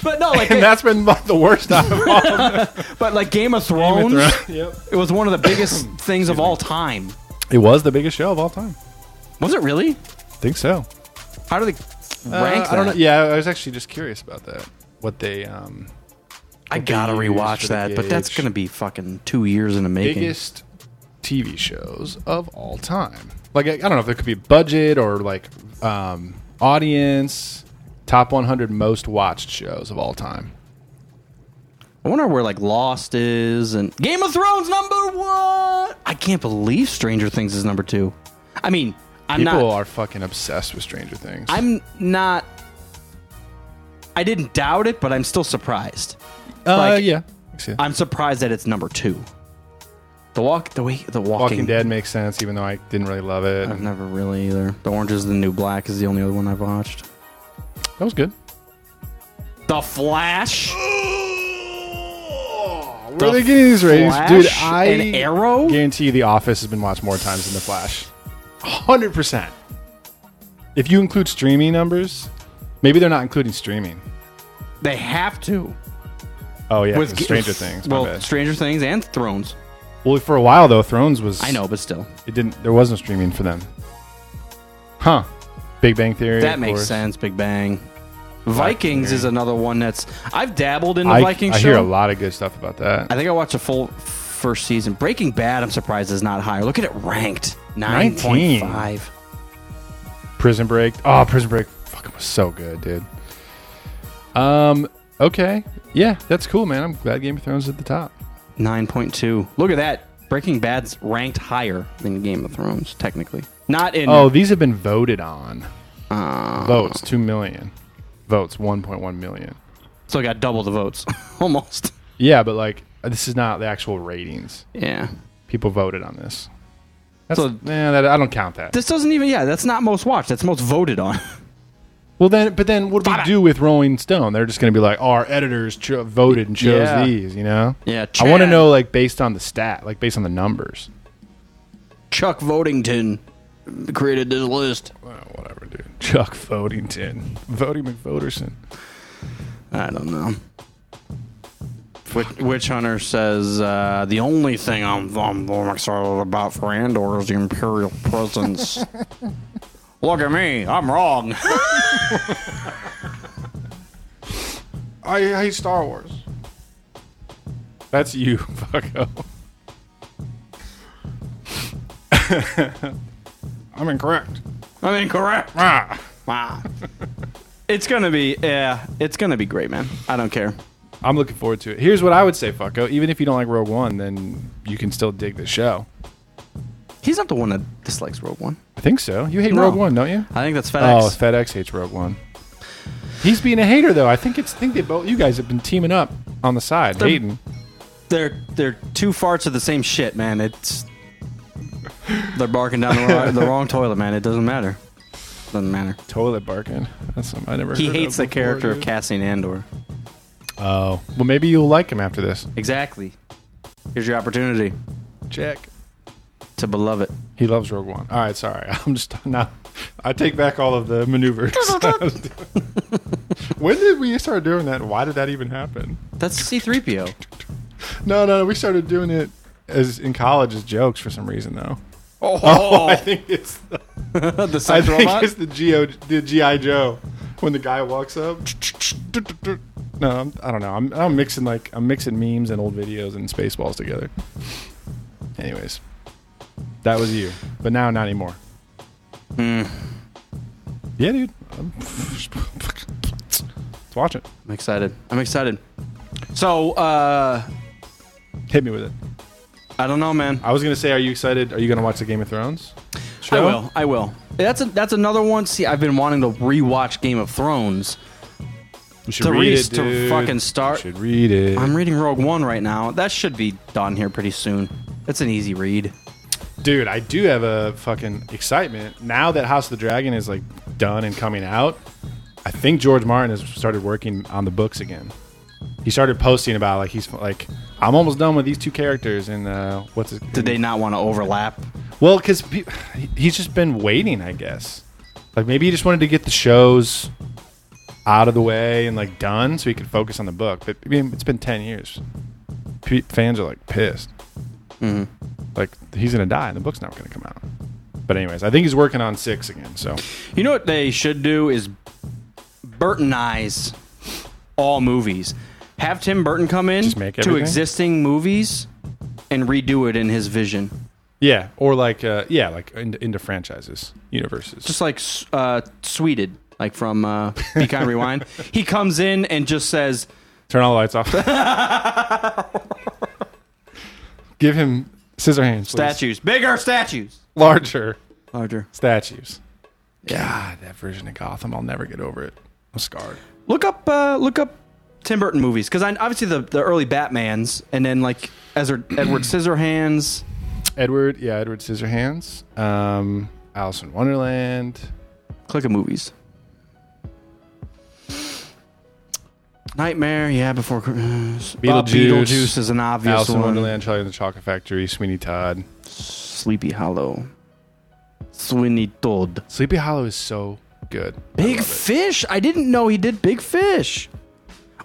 D: but no, like,
C: And that's been the worst time of all.
D: but like Game of Thrones, it was one of the biggest things of all time.
C: It was the biggest show of all time.
D: Was it really?
C: think so.
D: How do they rank?
C: Uh, I don't know.
D: that?
C: Yeah, I was actually just curious about that. What they um
D: I gotta
C: they use for
D: rewatch
C: the
D: that, but that's
C: gauge.
D: gonna be fucking two years in the making.
C: biggest TV shows of all time. Like I, I don't know if there could be budget or like um, audience. Top 100 most watched shows of all time.
D: I wonder where like Lost is and Game of Thrones number one. I can't believe Stranger Things is number two. I mean, I'm
C: People
D: not.
C: are fucking obsessed with Stranger Things.
D: I'm not. I didn't doubt it, but I'm still surprised.
C: uh,
D: like-
C: yeah.
D: I'm surprised that it's number two. The walk, the way, the walking,
C: Walking Dead makes sense, even though I didn't really love it.
D: I've never really either. The Orange is the New Black is the only other one I've watched.
C: That was good.
D: The Flash,
C: Where are they getting these ratings,
D: Flash
C: dude? I
D: and Arrow?
C: guarantee you The Office has been watched more times than The Flash. Hundred percent. If you include streaming numbers, maybe they're not including streaming.
D: they have to
C: Oh yeah,
D: With
C: with
D: Ga-
C: Stranger Things. my
D: Well,
C: bad.
D: Stranger Things and Thrones.
C: well, for a while though, Thrones was.
D: I know, but still,
C: it didn't. There wasn't streaming for them. Huh? Big Bang Theory.
D: that
C: of
D: makes
C: course.
D: sense. Big Bang. Vikings is another one that's I've dabbled in the
C: I,
D: Viking
C: I
D: show.
C: hear a lot of good stuff about that.
D: I think I watched a full first season. Breaking Bad, I'm surprised is not higher. Look at it ranked
C: 19.
D: 9.5.
C: Prison Break. Oh, Prison Break fucking was so good, dude. Um, okay. Yeah, that's cool, man. I'm glad Game of Thrones is at the top.
D: 9.2. Look at that. Breaking Bad's ranked higher than Game of Thrones, technically. Not in.
C: Oh, these have been voted on.
D: Uh.
C: Votes, 2 million. Votes, 1.1 million.
D: So I got double the votes. Almost.
C: Yeah, but like, this is not the actual ratings.
D: Yeah.
C: People voted on this. That's,
D: So-
C: nah, that, I don't count that.
D: This doesn't even. Yeah, that's not most watched. That's most voted on.
C: well, then, but then what do we do with Rolling Stone? They're just going to be like, oh, our editors cho- voted and chose
D: Yeah.
C: these, you know?
D: Yeah.
C: I want to
D: Chad.
C: know, like, based on the stat, like, based on the numbers.
D: Chuck Votington created this list.
C: Well, Oh, whatever, dude. Chuck Votington. Voting McVoterson.
D: I don't know. Witch, Witch Hunter says uh, the only thing I'm, I'm, I'm excited about for Andor is the Imperial presence. Look at me, I'm wrong.
B: I hate Star Wars.
C: That's you, Bucko. I'm incorrect.
D: I'm incorrect.
C: Ah.
D: Wow. it's gonna be yeah. It's gonna be great, man. I don't care.
C: I'm looking forward to it. Here's what I would say, Fucko. Even if you don't like Rogue One, then you can still dig the show.
D: He's not the one that dislikes Rogue One.
C: I think so. You hate
D: No.
C: Rogue One, don't you?
D: I think that's
C: Oh,
D: FedEx.
C: FedEx hates Rogue One. He's being a hater though. I think it's I think they both you guys have been teaming up on the side,
D: They're-
C: hating.
D: they're they're two farts of the same shit, man. It's they're barking down the wrong, the wrong toilet, man. It doesn't matter. Doesn't matter.
C: Toilet barking. That's something I never.
D: He
C: heard
D: hates
C: of
D: the
C: before,
D: character of
C: dude.
D: Cassian Andor.
C: Oh, well, maybe you'll like him after this.
D: Exactly. Here's your opportunity
C: Check.
D: to beloved.
C: He loves Rogue One. All right, sorry. I'm just now. I take back all of the maneuvers. I was doing. when did we start doing that? Why did that even happen?
D: That's C-3PO.
C: No, no, no. We started doing it as in college as jokes for some reason though.
D: Oh,
C: I think it's the,
D: the
C: I
D: sex
C: think
D: robot.
C: it's the Geo the GI Joe when the guy walks up. No, I'm, I don't know. I'm, I'm mixing like I'm mixing memes and old videos and spaceballs together. Anyways, that was you, but now not anymore.
D: Hmm.
C: Yeah, dude. I'm, let's watch it.
D: I'm excited. I'm excited. So, uh,
C: Hit me with it.
D: I don't know, man.
C: I was gonna say, are you excited? Are you gonna watch the Game of Thrones?
D: I
C: show?
D: will. I will. That's a, that's another one. See, I've been wanting to rewatch Game of Thrones.
C: You should
D: To
C: read
D: Reese
C: it,
D: to
C: dude.
D: fucking start.
C: You should read it.
D: I'm reading Rogue One right now. That should be done here pretty soon. That's an easy read.
C: Dude, I do have a fucking excitement now that House of the Dragon is like done and coming out. I think George Martin has started working on the books again. He started posting about like he's like I'm almost done with these two characters and uh, what's it?
D: Did they not want to overlap?
C: Well, because he's just been waiting, I guess. Like maybe he just wanted to get the shows out of the way and like done so he could focus on the book. But I mean, it's been ten years. P- fans are like pissed. Like he's gonna die and the book's not gonna come out. But anyways, I think he's working on six again. So
D: You know what they should do is Burtonize all movies. Have Tim Burton come in
C: Just make
D: to
C: everything?
D: existing movies and redo it in his vision.
C: yeah, or like uh, yeah, like into, into franchises, universes.
D: just like uh, Sweeted, like from uh, Be Kind Rewind. He comes in and just says,
C: Turn all the lights off. Give him scissor hands, please.
D: "Statues, bigger statues,
C: larger.
D: larger."
C: statues. God, that version of Gotham, I'll never get over it. I'm scarred.
D: Look up, uh, look up Tim Burton movies because obviously the the early Batman's and then like Ezra, Edward Scissorhands.
C: Edward, yeah, Edward Scissorhands, um, Alice in Wonderland.
D: Click a movies. Nightmare, yeah, before Christmas. Uh,
C: Beetlejuice.
D: Beetlejuice is an obvious
C: Alice in
D: one.
C: Wonderland, Charlie and the Chocolate Factory, Sweeney Todd.
D: Sleepy Hollow. Sweeney Todd.
C: Sleepy Hollow is so good.
D: Big Fish? I didn't know he did Big Fish.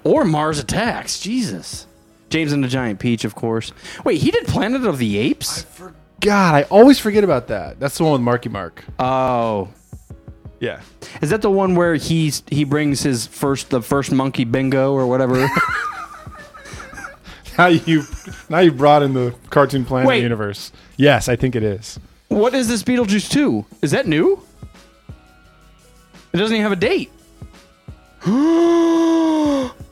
D: Or Mars Attacks. Jesus. James and the Giant Peach, of course. Wait, he did Planet of the Apes?
C: God, I always forget about that. That's the one with Marky Mark.
D: Oh.
C: yeah.
D: Is that the one where he's he brings his first the first monkey bingo or whatever?
C: Now you, now you brought in the Cartoon Planet
D: Wait.
C: universe. Yes, I think it is.
D: what is this Beetlejuice 2? Is that new? It doesn't even have a date.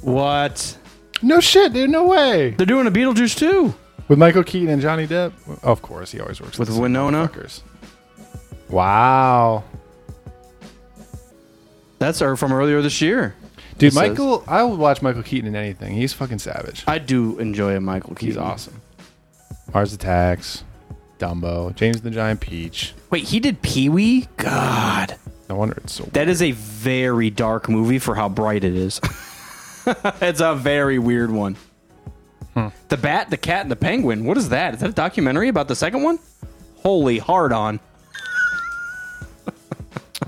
D: what?
C: No shit, dude. No way.
D: They're doing a Beetlejuice 2.
C: With Michael Keaton and Johnny Depp. Of course, he always works
D: With
C: the same
D: Winona?
C: motherfuckers. Wow.
D: That's our- from earlier this year.
C: Dude,
D: says-
C: Michael, I will watch Michael Keaton in anything. He's fucking savage.
D: I do enjoy a Michael Keaton.
C: He's awesome. Mars Attacks, Dumbo, James the Giant Peach.
D: Wait, he did Pee Wee? God.
C: No wonder it's so.
D: That is a very dark movie for how bright it is. it's a very weird one.
C: Hmm.
D: The Bat, the Cat, and the Penguin. What is that? Is that a documentary about the second one? Holy hard on.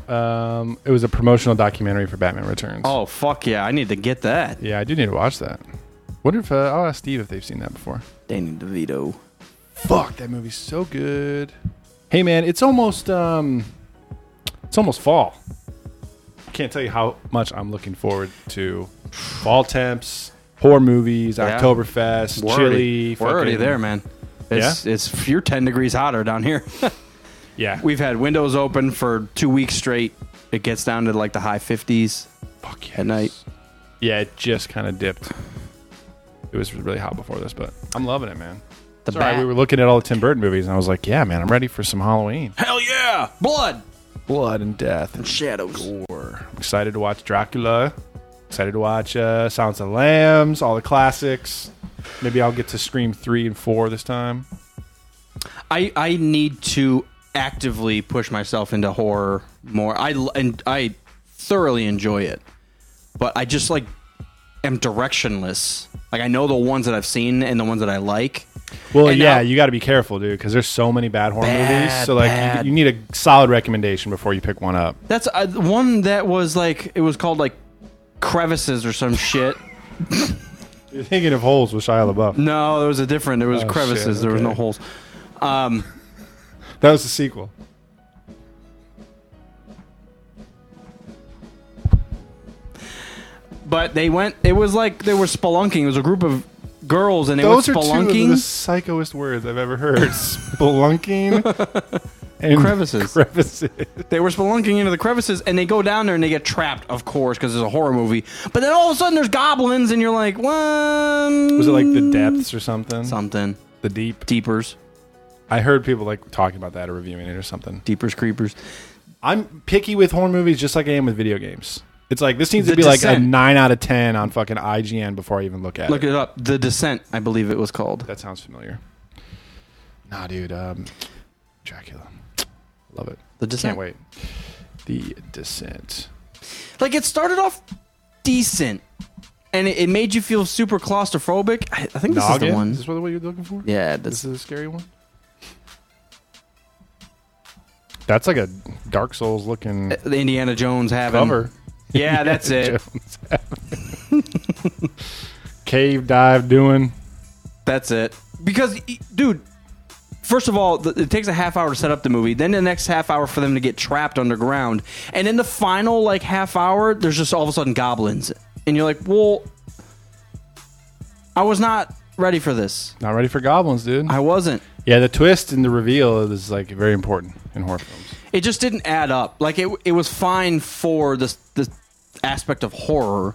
C: Um, it was a promotional documentary for Batman Returns.
D: Oh fuck yeah! I need to get that.
C: yeah, I do need to watch that. Wonder if uh, I'll ask Steve if they've seen that before.
D: Danny DeVito.
C: Fuck, that movie's so good. Hey man, it's almost um, it's almost fall. I can't tell you how much I'm looking forward to fall temps, horror movies,
D: Yeah.
C: Oktoberfest,
D: We're
C: chili.
D: already, we're already
C: fucking-
D: there, man. It's it's you're ten degrees hotter down here.
C: Yeah,
D: We've had windows open for two weeks straight. It gets down to like the high fifties.
C: fuck yes.
D: at night.
C: Yeah, it just kind of dipped. It was really hot before this, but I'm loving it, man.
D: The
C: Sorry,
D: bat.
C: we were looking at all the Tim Burton movies, and I was like, "Yeah, man, I'm ready for some Halloween."
D: Hell yeah! Blood.
C: blood and death and
D: Shadows.
C: gore. I'm excited to watch Dracula. Excited to watch uh, Silence of the Lambs, all the classics. Maybe I'll get to Scream three and four this time.
D: I I need to actively push myself into horror more. I l- and I thoroughly enjoy it, but I just like am directionless. Like I know the ones that I've seen and the ones that I like.
C: Well,
D: And
C: yeah,
D: now-
C: you got to be careful, dude, because there's so many bad horror
D: Bad,
C: movies. So like,
D: bad.
C: you, you need a solid recommendation before you pick one up.
D: That's uh, the one that was like it was called like crevices or some shit.
C: You're thinking of holes with Shia LaBeouf.
D: No, there was a different. There was
C: Oh,
D: crevices.
C: shit,
D: There was no
C: okay.
D: holes. Um,
C: That was the sequel.
D: but they went. It was like they were spelunking. It was a group of girls and they
C: Those
D: were
C: are two of
D: spelunking.
C: the psychoest words I've ever heard. Spelunking and
D: Crevices.
C: Crevices.
D: They were spelunking into the crevices and they go down there and they get trapped, of course, because it's a horror movie. But then all of a sudden there's goblins and you're like, what?
C: Was it like the depths or something?
D: Something.
C: The deep.
D: Deepers.
C: I heard people like talking about that or reviewing it or something.
D: Deepers, creepers.
C: I'm picky with horror movies just like I am with video games. It's like this needs
D: The
C: to be like a
D: Descent.
C: 9 out of 10 on fucking IGN before I even look at
D: Look
C: it.
D: it up. The Descent, I believe it was called.
C: That sounds familiar. Nah, dude. Um, Dracula. Love it.
D: The Descent.
C: Can't wait. The Descent.
D: Like it started off decent and it, it made you feel super claustrophobic. I, I think this is
C: Noggin?
D: the one.
C: Is this what you're looking for?
D: yeah,
C: This
D: that's,
C: is a scary one? That's like a Dark Souls looking
D: the Indiana Jones having.
C: cover.
D: Yeah, that's it.
C: Jones Cave dive doing.
D: That's it. Because, e- dude, first of all, th- it takes a half hour to set up the movie. Then the next half hour for them to get trapped underground, and then the final like half hour, there's just all of a sudden goblins, and you're like, well, I was not ready for this.
C: Not ready for goblins, dude.
D: I wasn't.
C: yeah, the twist and the reveal is like very important in horror films.
D: It just didn't add up. Like it, it was fine for this the aspect of horror,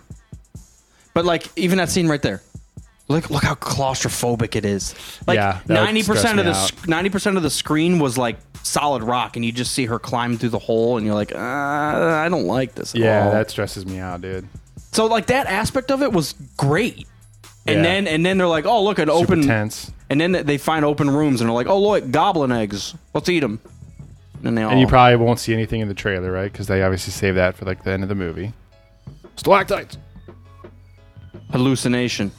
D: but like even that scene right there. Look, look how claustrophobic it is.
C: Yeah,
D: Like
C: that would
D: ninety
C: stress
D: percent of
C: me
D: the ninety percent of the screen was like solid rock, and you just see her climb through the hole, and you're like, uh, I don't like this. At
C: Yeah,
D: all.
C: that stresses me out, dude.
D: so like that aspect of it was great. And
C: Yeah.
D: then and then they're like, oh look, an
C: Super
D: open
C: tense.
D: and then they find open rooms, and they're like, oh look, goblin eggs, let's eat them. And they all
C: And you probably won't see anything in the trailer, right? Because they obviously save that for like the end of the movie. Stalactites.
D: hallucination.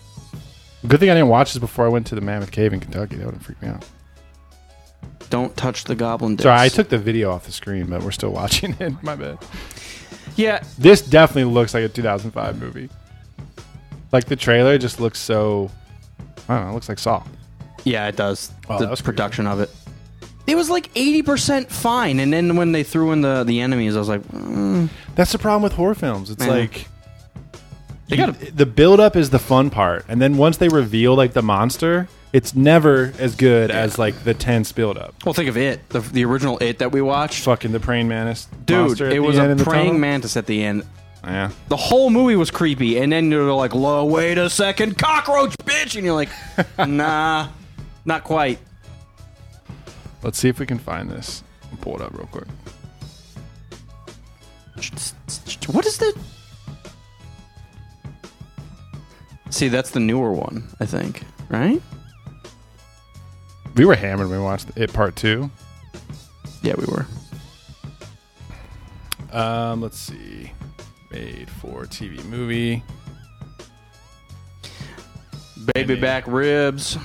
C: Good thing I didn't watch this before I went to the Mammoth Cave in Kentucky. That would have freaked me out.
D: Don't touch the goblin dicks.
C: Sorry, I took the video off the screen, but we're still watching it. My bad.
D: Yeah,
C: This definitely looks like a 2005 movie. Like the trailer just looks so. I don't know. It looks like Saw.
D: yeah, it does.
C: Oh, that
D: the
C: was pretty
D: production of it. It was like eighty percent fine, and then when they threw in the the enemies, I was like, mm.
C: That's the problem with horror films. It's
D: Yeah.
C: like
D: they
C: you-
D: got
C: the build up is the fun part, and then once they reveal like the monster, it's never as good as like the tense build up.
D: Well, think of it, the, the original it that we watched.
C: Fucking the praying mantis,
D: Dude,
C: monster at
D: it
C: the
D: was
C: end
D: a
C: in the
D: praying
C: tunnel.
D: mantis at the end.
C: Yeah,
D: The whole movie was creepy, and then you're like, "Lo, wait a second, cockroach, bitch!" And you're like, "Nah, not quite."
C: let's see if we can find this. I'll pull it up real quick.
D: What is the? See, that's the newer one, I think. Right?
C: We were hammered when we watched it part two.
D: Yeah, we were.
C: Um, let's see, made for TV movie.
D: baby
C: need.
D: back ribs.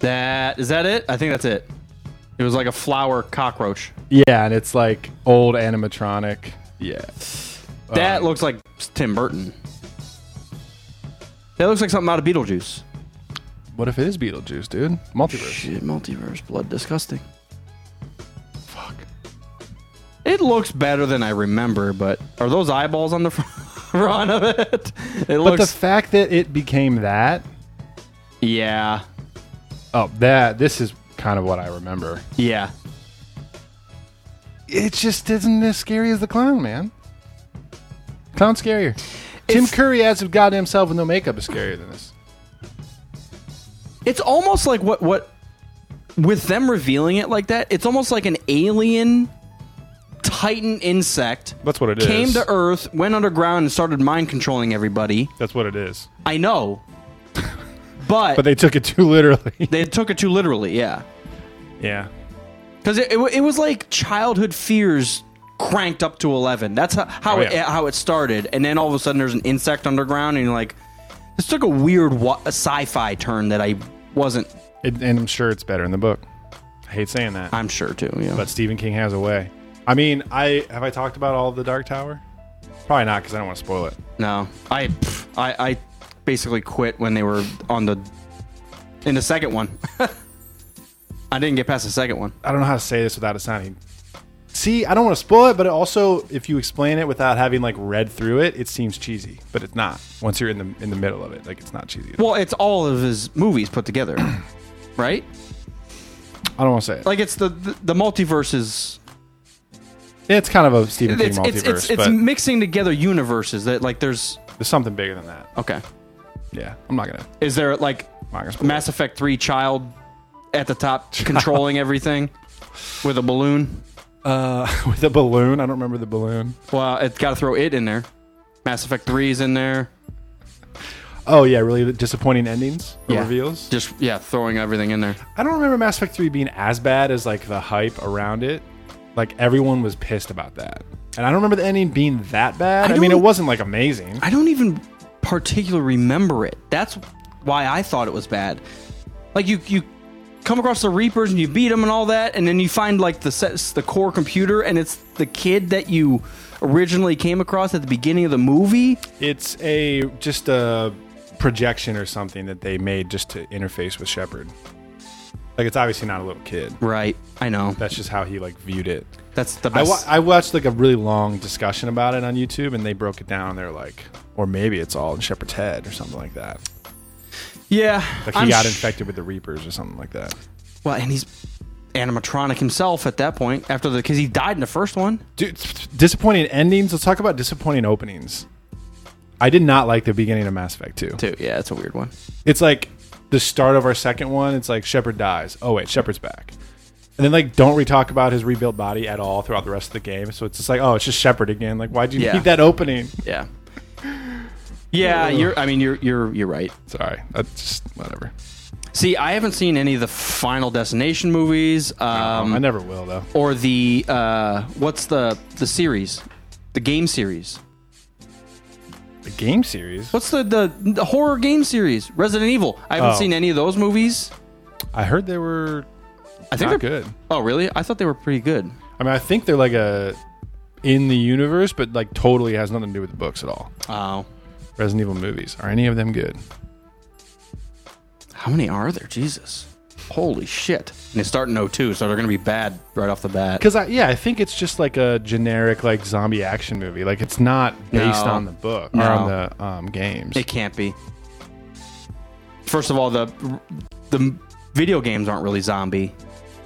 D: That is that it? I think that's it. It was like a flower cockroach.
C: Yeah, and it's like old animatronic. Yeah.
D: That looks like Tim Burton. That looks like something out of Beetlejuice.
C: What if it is Beetlejuice, dude? Multiverse.
D: Shit, multiverse, blood, disgusting. Fuck. It looks better than I remember, but are those eyeballs on the front of it? It
C: But the
D: looks.
C: fact that it became that,
D: yeah,
C: oh, that this is kind of what I remember.
D: yeah.
C: It just isn't as scary as the clown, man. Clown's scarier. Tim
D: It's-
C: Curry as a god himself with no makeup is scarier than this.
D: It's almost like what what with them revealing it like that. It's almost like an alien titan insect
C: That's what it is.
D: came to Earth, went underground, and started mind controlling everybody.
C: That's what it is.
D: I know, but,
C: But they took it too literally.
D: they took it too literally. Yeah.
C: yeah.
D: Because it, it, wa- it was like childhood fears cranked up to 11. That's how, how,
C: Oh,
D: it,
C: yeah.
D: how it started. And then all of a sudden there's an insect underground, and you're like, this took a weird wa- a sci fi turn that I wasn't,
C: It, and I'm sure it's better in the book. I hate saying that.
D: I'm sure, too. Yeah.
C: but Stephen King has a way. I mean, I have I talked about all of the Dark Tower? Probably not because I don't want to spoil it.
D: no. I, pff, I, I basically quit when they were on the. in the second one. I didn't get past the second one.
C: I don't know how to say this without it sounding. See, I don't want to spoil it, but it also, if you explain it without having like read through it, it seems cheesy, but it's not. Once you're in the in the middle of it, like it's not cheesy.
D: Well, it's all of his movies put together, right?
C: I don't want to say it. Like
D: Like it's the the, the multiverse is
C: it's kind of a Stephen King
D: it's,
C: multiverse,
D: it's, it's, it's
C: but
D: mixing together universes that like there's
C: there's something bigger than that.
D: okay
C: Yeah, I'm not gonna.
D: is there like
C: I'm not gonna spoil
D: mass effect 3 child at the top controlling everything with a balloon
C: it. with the balloon. I don't remember the balloon.
D: well it's got to throw it in there mass effect 3 is in there
C: Oh yeah, really disappointing endings, the
D: Yeah.
C: reveals.
D: just yeah throwing everything in there
C: I don't remember Mass Effect 3 being as bad as like the hype around it. Like everyone was pissed about that. And I don't remember the ending being that bad.
D: I
C: I, mean, it
D: don't-
C: wasn't like amazing.
D: i don't even particularly remember it that's why i thought it was bad like you you come across the reapers and you beat them and all that and then you find like the sets the core computer and it's the kid that you originally came across at the beginning of the movie
C: It's a just a projection or something that they made just to interface with Shepard. Like it's obviously not a little kid.
D: Right. I know.
C: That's just how he like viewed it.
D: That's the
C: I,
D: best.
C: wa- I watched like a really long discussion about it on YouTube, and they broke it down. They're like, or maybe it's all in Shepard's head or something like that.
D: yeah.
C: Like he
D: I'm
C: got
D: sh-
C: infected with the Reapers or something like that.
D: Well, and he's animatronic himself at that point after the because he died in the first one.
C: Dude, disappointing endings. Let's talk about disappointing openings. I did not like the beginning of Mass Effect 2.
D: Too. Yeah, it's a weird one.
C: It's like the start of our second one. It's like Shepard dies. Oh, wait, Shepard's back. And then, like, don't we talk about his rebuilt body at all throughout the rest of the game. So it's just like, oh, it's just Shepard again. Like, why'd you
D: Yeah.
C: need that opening?
D: Yeah. Yeah, you're. I mean, you're. You're. You're right.
C: Sorry. That's just whatever.
D: See, I haven't seen any of the Final Destination movies, um,
C: I never will, though.
D: or the uh, what's the the series, the game series.
C: The game series.
D: What's the the, the horror game series? Resident Evil. I haven't
C: Oh.
D: seen any of those movies.
C: I heard they were
D: I think
C: not
D: they're
C: good.
D: Oh, really? I thought they were pretty good.
C: I mean, I think they're like a in the universe, but like totally has nothing to do with the books at all.
D: Oh.
C: Resident Evil movies. Are any of them good?
D: How many are there? Jesus. Holy shit. And they start in 02, so they're going to be bad right off the bat.
C: Because I yeah, I think it's just like a generic like zombie action movie. Like it's not based
D: No.
C: on the book
D: No.
C: or on the um, games.
D: It can't be. First of all, the the video games aren't really zombie.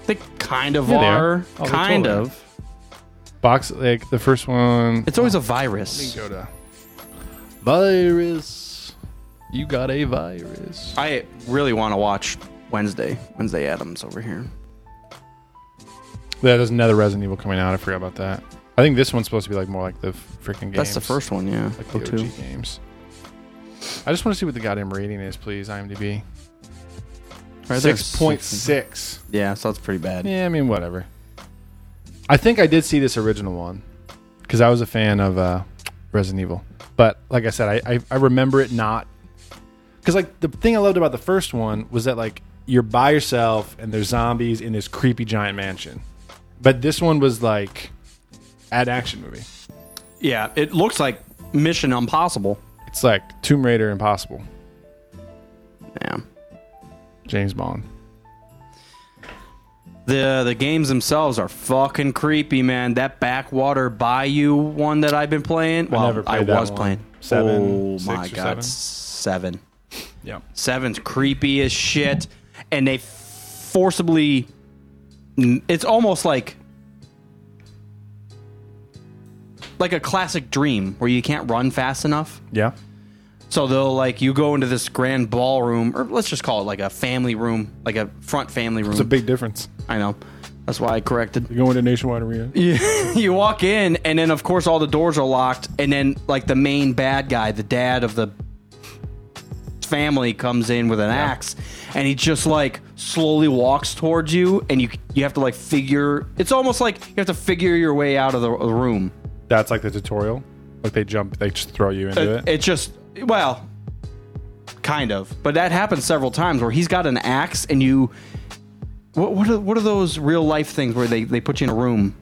D: They kind of
C: Yeah, they
D: are.
C: are. Oh, they
D: kind
C: totally
D: of.
C: Box like the first one.
D: It's always a virus.
C: go to virus. You got a virus.
D: I really want to watch Wednesday. Wednesday Adams over here.
C: There's another Resident Evil coming out. I forgot about that. I think this one's supposed to be like more like the freaking games.
D: That's the first one, yeah.
C: Like the
D: Oh, two.
C: OG games. I just want to see what the goddamn rating is, please. IMDb.
D: Right there.
C: Six point six.
D: Yeah, so that's pretty bad.
C: Yeah, I mean, whatever. I think I did see this original one because I was a fan of uh, Resident Evil. But like I said, I, I, I remember it not because like the thing I loved about the first one was that like you're by yourself and there's zombies in this creepy giant mansion, but this one was like an action movie.
D: Yeah, it looks like Mission Impossible.
C: It's like Tomb Raider Impossible,
D: Yeah.
C: James Bond.
D: The the games themselves are fucking creepy, man. That backwater bayou one that I've been playing. Well, I,
C: never played that
D: was
C: one.
D: playing.
C: Seven,
D: Oh
C: six
D: my
C: or
D: god,
C: seven?
D: seven.
C: Yeah,
D: Seven's creepy as shit, and they forcibly. It's almost like like a classic dream where you can't run fast enough.
C: yeah,
D: So they'll like you go into this grand ballroom, or let's just call it like a family room, like a front family room.
C: it's a big difference.
D: I know. That's why I corrected
C: You're going to Nationwide Arena.
D: you walk in, and then of course all the doors are locked, and then like the main bad guy, the dad of the family, comes in with an axe, and he just like slowly walks towards you, and you you have to like figure. It's almost like you have to figure your way out of the the room.
C: That's like the tutorial. Like they jump, they just throw you into
D: It,
C: it.
D: it just well, kind of, but that happens several times where he's got an axe, and you. What, what, are, what are those real life things where they, they put you in a room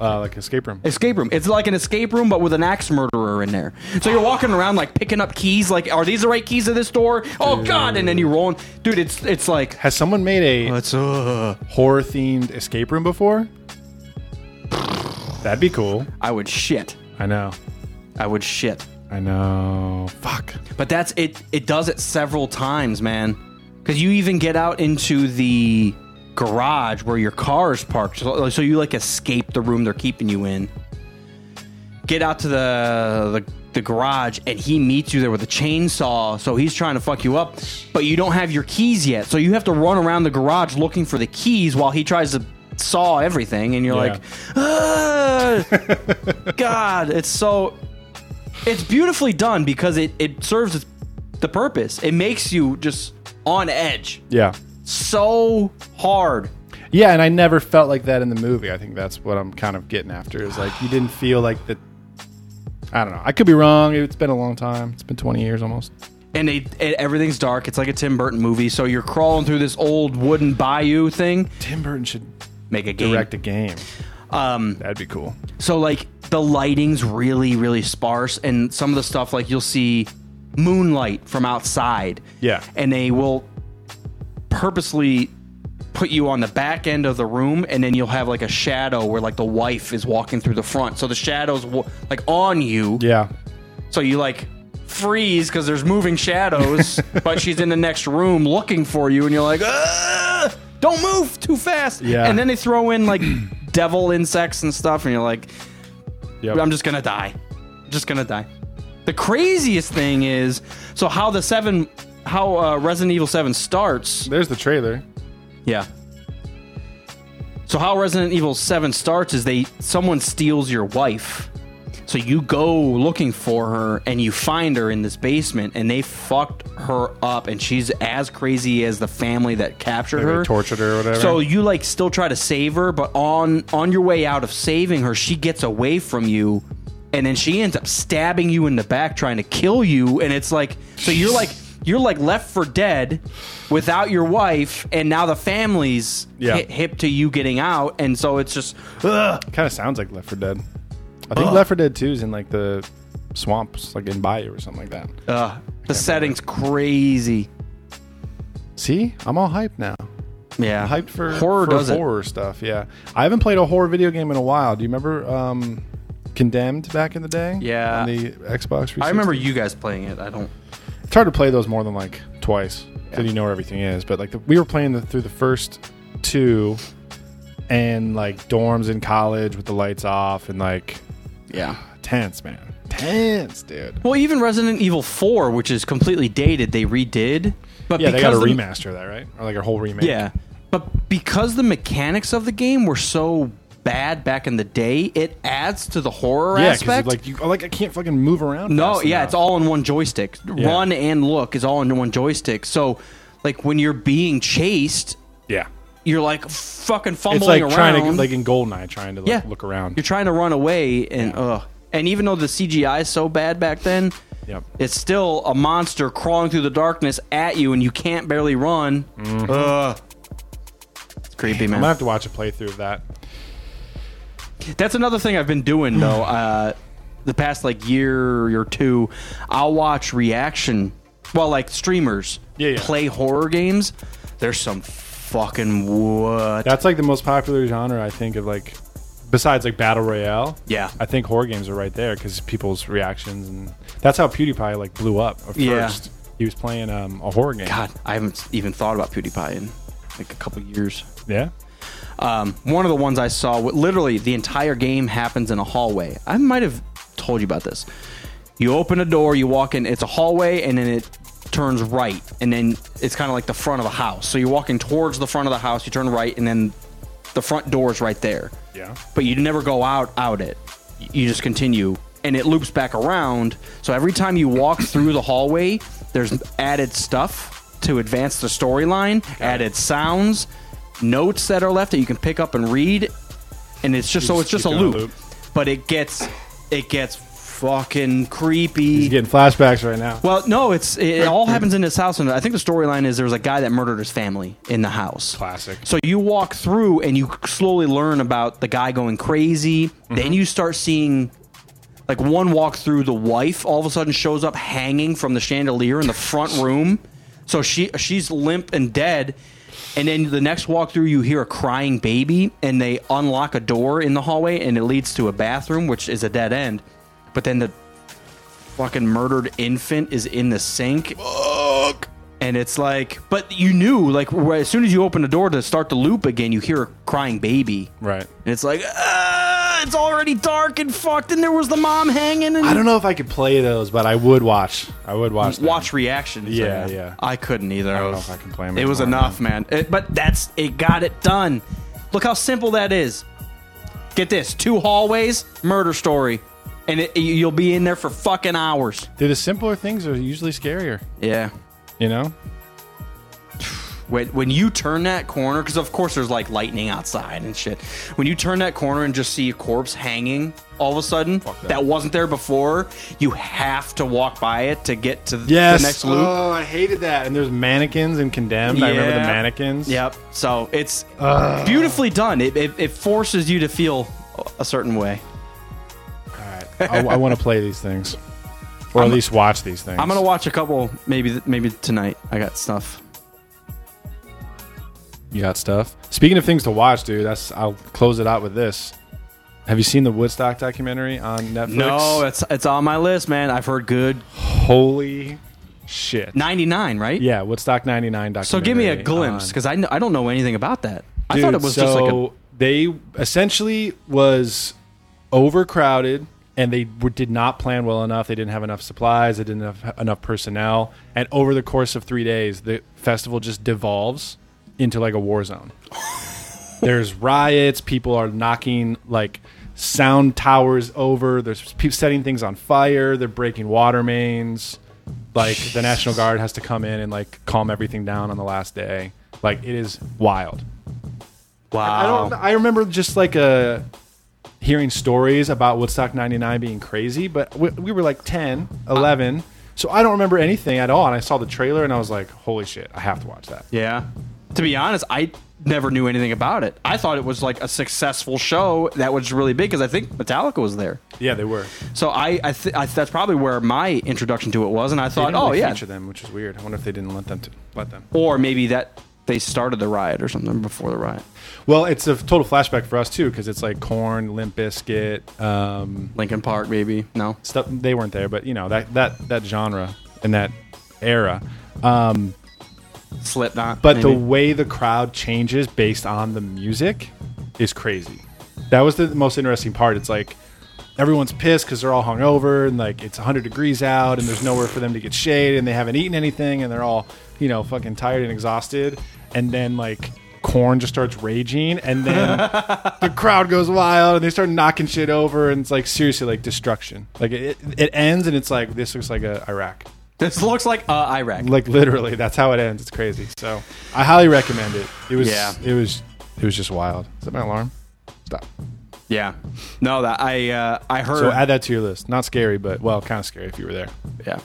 C: Uh, like escape room.
D: escape room. It's like an escape room, but with an axe murderer in there. So you're walking around like picking up keys. Like, are these the right keys to this door? Oh God! And then you roll, in. dude. It's it's like
C: Has someone made a
D: it's uh,
C: horror themed escape room before? That'd be cool.
D: I would shit.
C: I know.
D: I would shit.
C: I know. Fuck.
D: But that's it. It does it several times, man. Because you even get out into the garage where your car is parked. So, so you like escape the room they're keeping you in. Get out to the, the the garage, and he meets you there with a chainsaw. So he's trying to fuck you up, but you don't have your keys yet. So you have to run around the garage looking for the keys while he tries to saw everything, and you're
C: Yeah.
D: like, ah, God, it's so it's beautifully done because it, it serves its- the purpose. It makes you just on edge
C: Yeah.
D: so hard.
C: Yeah, and I never felt like that in the movie. I think that's what I'm kind of getting after is like you didn't feel like that. I don't know. I could be wrong. It's been a long time. It's been 20 years almost.
D: And they, and everything's dark. It's like a Tim Burton movie. So you're crawling through this old wooden bayou thing.
C: Tim Burton should
D: Make a game.
C: direct a game. Um, That'd be cool.
D: So like the lighting's really really sparse, and some of the stuff like you'll see moonlight from outside.
C: Yeah.
D: and they will purposely put you on the back end of the room, and then you'll have like a shadow where like the wife is walking through the front, so the shadows wa- like on you.
C: Yeah.
D: So you like freeze because there's moving shadows, but she's in the next room looking for you, and you're like, "Ah, don't move too fast.
C: Yeah.
D: And then they throw in like devil insects and stuff, and you're like,
C: Yep.
D: I'm just gonna die. Just gonna die. The craziest thing is, so how the seven, how uh, Resident Evil Seven starts.
C: There's the trailer.
D: Yeah. So how Resident Evil 7 starts is they someone steals your wife. So you go looking for her and you find her in this basement and they fucked her up and she's as crazy as the family that captured
C: They
D: her.
C: tortured her or whatever.
D: So you like still try to save her, but on on your way out of saving her, she gets away from you, and then she ends up stabbing you in the back, trying to kill you. And it's like, so you're like you're like left for dead without your wife, and now the family's
C: Yeah.
D: hip, hip to you getting out, and so it's just ugh.
C: Kind of sounds like Left 4 Dead. I
D: Oh.
C: think Left 4 Dead 2 is in like the swamps, like in Bayou or something like that.
D: Ugh. uh, the setting's crazy.
C: See, I'm all hyped now.
D: Yeah,
C: Hyped for
D: horror
C: for
D: does it.
C: horror stuff. Yeah, I haven't played a horror video game in a while. Do you remember um, Condemned back in the day?
D: Yeah.
C: on the Xbox. 360?
D: I remember you guys playing it. I don't.
C: It's hard to play those more than like twice. Then you know where everything is. But like the, we were playing the, through the first two, and like dorms in college with the lights off and like
D: Yeah.
C: tense, man, tense, dude.
D: Well, even Resident Evil 4, which is completely dated, they redid. But
C: Yeah, they got a
D: because the-
C: remaster of that, right? Or like a whole remake.
D: Yeah. But because the mechanics of the game were so bad back in the day, it adds to the horror
C: Yeah, because
D: aspect.
C: like you, like I can't fucking move around.
D: no,
C: fast
D: yeah,
C: enough.
D: it's all in one joystick. Run and look is all in one joystick. So, like when you're being chased,
C: yeah.
D: you're like fucking fumbling
C: It's like
D: around.
C: trying to like in Goldeneye, trying to like,
D: yeah,
C: look around.
D: You're trying to run away, and ugh. And even though the CGI is so bad back then,
C: Yep.
D: It's still a monster crawling through the darkness at you, and you can't barely run.
C: Mm-hmm.
D: Ugh. It's creepy,
C: I'm gonna
D: man.
C: have to watch a playthrough of that.
D: That's another thing I've been doing though. Uh, the past like year or two, I'll watch reaction. Well, like streamers
C: Yeah, yeah.
D: play horror games. There's some fucking what?
C: That's like the most popular genre I think of like besides like battle royale.
D: Yeah.
C: I think horror games are right there because people's reactions and that's how PewDiePie like blew up. At first,
D: Yeah.
C: he was playing um, a horror game.
D: God, I haven't even thought about PewDiePie in like a couple years.
C: Yeah,
D: Um, one of the ones I saw, w- literally the entire game happens in a hallway. I might have told you about this. You open a door, you walk in, it's a hallway, and then it turns right, and then it's kind of like the front of the house. So you're walking towards the front of the house, you turn right, and then the front door is right there.
C: Yeah.
D: But you never go out out it. Y- You just continue, and it loops back around. So every time you walk through the hallway, there's added stuff to advance the storyline, added sounds, notes that are left that you can pick up and read, and it's just so
C: just
D: it's just a
C: keep doing a
D: loop.
C: loop.
D: But it gets it gets fucking
C: he's
D: creepy.
C: getting flashbacks right now.
D: Well, no, it's it all happens in his house, and I think the storyline is there's a guy that murdered his family in the house.
C: Classic.
D: So you walk through and you slowly learn about the guy going crazy. Then you start seeing like one walk through the wife all of a sudden shows up hanging from the chandelier in the front room. So she she's limp and dead. And then the next walk through, you hear a crying baby, and they unlock a door in the hallway, and it leads to a bathroom, which is a dead end. But then the fucking murdered infant is in the sink. And it's like, but you knew, like, right- as soon as you open the door to start the loop again, you hear a crying baby.
C: right.
D: And it's like, ah, it's already dark and fucked, and there was the mom hanging. And
C: I don't know if I could play those, but I would watch. I would watch. them.
D: watch reactions.
C: Yeah, yeah.
D: I couldn't either. I
C: don't know if I can play 'em
D: It was
C: anymore,
D: enough, man. It- but that's it. Got it done. Look how simple that is. Get this: two hallways, murder story, and it, you'll be in there for fucking hours.
C: Dude, the simpler things are usually scarier.
D: Yeah.
C: You know.
D: When, when you turn that corner, because of course there's like lightning outside and shit. When you turn that corner and just see a corpse hanging, all of a sudden that. wasn't there before. You have to walk by it to get to th- the next loop.
C: Oh, I hated that. And there's mannequins and condemned. I remember the
D: Yeah.
C: mannequins.
D: Yep. So it's beautifully done. It, it, it forces you to feel a certain way.
C: All right. I, I want to play these things, or at least watch these things.
D: I'm gonna watch a couple maybe maybe tonight. I got stuff.
C: You got stuff. Speaking of things to watch, dude, that's I'll close it out with this. Have you seen the Woodstock documentary on Netflix?
D: No, it's it's on my list, man. I've heard good
C: holy shit.
D: 99, right?
C: yeah, Woodstock '99 documentary.
D: So give me a glimpse
C: on-
D: because I, kn- I don't know anything about that. I
C: Dude,
D: thought it was just like a
C: so they essentially was overcrowded and they were, did not plan well enough. They didn't have enough supplies. They didn't have enough personnel. And over the course of three days, the festival just devolves into like a war zone. There's riots. People are knocking like sound towers over. There's people setting things on fire. They're breaking water mains. Like the National Guard has to come in and like calm everything down on the last day. Like it is wild.
D: wow.
C: I don't. I remember just like uh hearing stories about Woodstock '99 being crazy, but we, we were like 10, 11, so I don't remember anything at all. And I saw the trailer and I was like, "Holy shit! I have to watch that."
D: Yeah. To be honest, I never knew anything about it. I thought it was like a successful show that was really big because I think Metallica was there.
C: Yeah, they were.
D: So I, I, th- I that's probably where my introduction to it was, and I
C: They
D: thought,
C: didn't
D: oh
C: really
D: yeah,
C: feature them, which is weird. I wonder if they didn't let them to, let them.
D: or maybe that they started the riot or something before the riot.
C: Well, it's a total flashback for us too, because it's like Corn, Limp Bizkit, um,
D: Lincoln Park, maybe no.
C: stuff. They weren't there, but you know that that that genre and that era. Um,
D: Slipknot,
C: But the
D: maybe.
C: way the crowd changes based on the music is crazy. That was the most interesting part. It's like everyone's pissed because they're all hungover and like it's 100 degrees out and there's nowhere for them to get shade and they haven't eaten anything and they're all, you know, fucking tired and exhausted. And then like corn just starts raging and then the crowd goes wild and they start knocking shit over and it's like seriously like destruction. Like it, it ends and it's like this looks like a Iraq.
D: this looks like uh, Iraq.
C: Like literally, that's how it ends. It's crazy. So I highly recommend it. It was
D: Yeah.
C: it was it was just wild. Is that my alarm? Stop.
D: yeah, no, that I uh, I heard.
C: So add that to your list. Not scary, but well, kind of scary if you were there.
D: Yeah.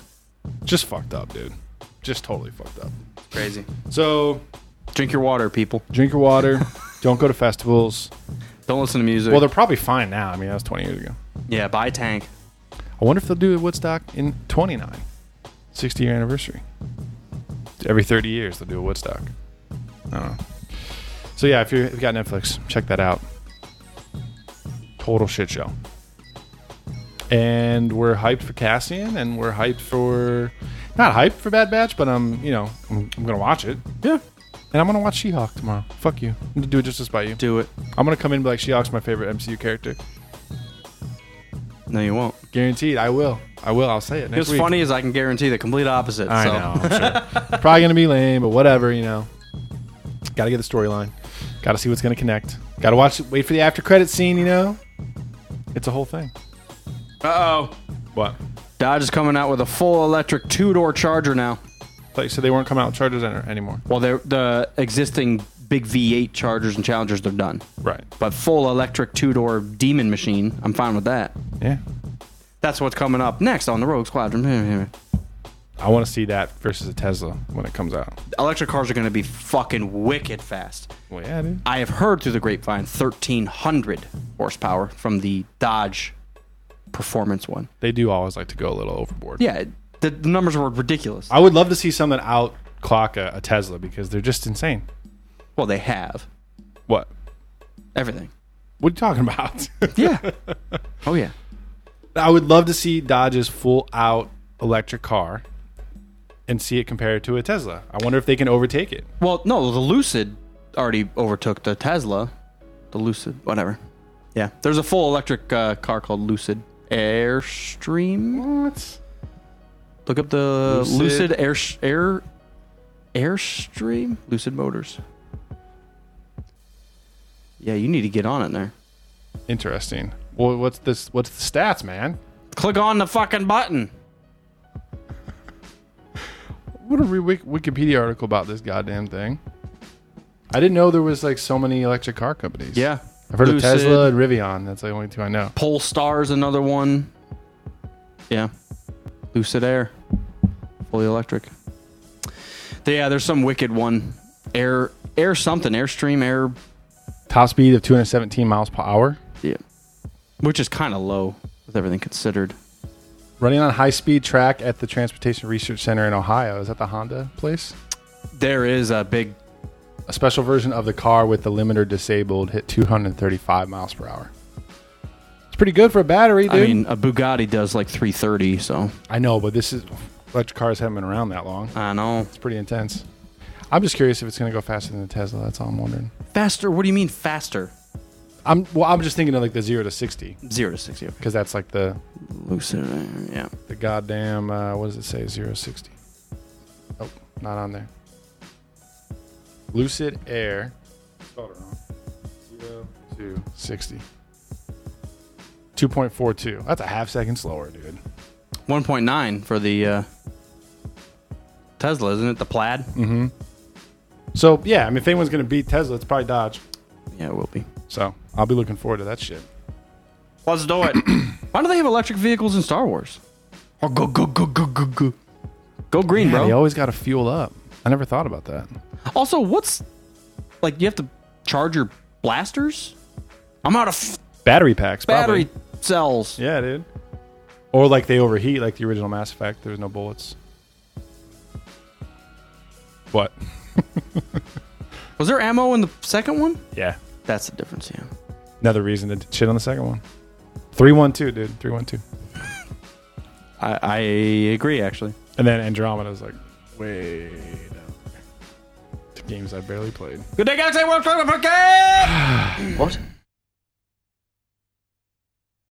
C: Just fucked up, dude. Just totally fucked up.
D: Crazy.
C: So
D: Drink your water, people.
C: drink your water. don't go to festivals.
D: Don't listen to music.
C: Well, they're probably fine now. I mean, that was 20 years ago.
D: yeah, buy tank.
C: I wonder if they'll do Woodstock in 29, 60 year anniversary. Every 30 years, they'll do a Woodstock. I don't know. So, yeah, if, you're, if you got Netflix, check that out. Total shit show. And we're hyped for Cassian, and we're hyped for. Not hyped for Bad Batch, but I'm, you know, I'm, I'm gonna watch it.
D: Yeah.
C: And I'm gonna watch She-Hulk tomorrow. Fuck you. I'm gonna do it just as by you.
D: Do it.
C: I'm gonna come in and be like, She-Hulk's my favorite MCU character.
D: No, you won't.
C: Guaranteed, I will. I will. I'll say it next
D: What's
C: week.
D: funny is I can guarantee the complete opposite.
C: I
D: so.
C: know. I'm sure. Probably gonna be lame, but whatever. You know, got to get the storyline. Got to see what's gonna connect. Got to watch. Wait for the after credit scene. You know, it's a whole thing.
D: Uh oh.
C: What?
D: Dodge is coming out with a full electric two door charger now.
C: Like, so they weren't coming out with Chargers any- anymore.
D: Well, they're, the existing big V8 Chargers and Challengers, they're done.
C: Right.
D: But full electric two door demon machine, I'm fine with that.
C: Yeah.
D: That's what's coming up next on the Rogue Squadron.
C: I want to see that versus a Tesla when it comes out.
D: Electric cars are going to be fucking wicked fast.
C: Well, yeah, dude.
D: I have heard through the grapevine 1,300 horsepower from the Dodge Performance one.
C: They do always like to go a little overboard.
D: Yeah, the, the numbers were ridiculous.
C: I would love to see something outclock a, a Tesla because they're just insane.
D: Well, they have
C: What?
D: everything.
C: What are you talking about?
D: Yeah. oh, yeah.
C: I would love to see Dodge's full out electric car and see it compared to a Tesla. I wonder if they can overtake it.
D: Well, no, the Lucid already overtook the Tesla. The Lucid, whatever. Yeah, there's a full electric uh, car called Lucid Airstream.
C: What?
D: Look up the
C: Lucid.
D: Lucid, Air Air Airstream Lucid Motors. Yeah, you need to get on it there.
C: Interesting. Well, what's this? What's the stats, man?
D: Click on the fucking button.
C: What a re- Wik- Wikipedia article about this goddamn thing. I didn't know there was like so many electric car companies.
D: Yeah,
C: I've heard
D: Lucid,
C: of Tesla and Rivian. That's the only two I know.
D: Polestar's another one. Yeah. Lucid Air. Fully electric. Yeah, there's some wicked one. Air air something, airstream, air
C: Top speed of 217 miles per hour.
D: yeah. Which is kinda low with everything considered.
C: Running on high speed track at the Transportation Research Center in Ohio. Is that the Honda place?
D: There is a big
C: A special version of the car with the limiter disabled hit 235 miles per hour. It's pretty good for a battery, dude.
D: I mean a Bugatti does like three thirty, so
C: I know, but this is electric cars haven't been around that long.
D: I know.
C: It's pretty intense. I'm just curious if it's going to go faster than the Tesla. That's all I'm wondering.
D: Faster what do you mean faster?
C: I'm well. I'm just thinking of like the zero to sixty
D: Zero to sixty.
C: because that's like the
D: Lucid Air, yeah.
C: the goddamn uh, what does it say zero sixty? Oh, not on there. Lucid Air. Spelled it wrong. Zero to sixty. Two point four two. That's a half second slower, dude.
D: One point nine for the uh Tesla, isn't it? The plaid?
C: So yeah, I mean, if anyone's going to beat Tesla, it's probably Dodge.
D: Yeah, it will be.
C: So I'll be looking forward to that shit.
D: Let's do it. Why do they have electric vehicles in Star Wars? Oh, go go go go go go. Go green,
C: Yeah,
D: bro.
C: they always got to fuel up. I never thought about that.
D: Also, what's like? You have to charge your blasters. I'm out of f-
C: Battery packs, probably.
D: battery cells.
C: Yeah, dude. Or like they overheat, like the original Mass Effect. There's no bullets. What?
D: Was there ammo in the second one?
C: Yeah.
D: That's the difference. Yeah.
C: Another reason to shit on the second one. Three one two, dude. Three one two.
D: I, I agree. Actually,
C: And then Andromeda's like, way down there. To games I barely played.
D: good day, Galaxy World Travel Podcast.
A: What?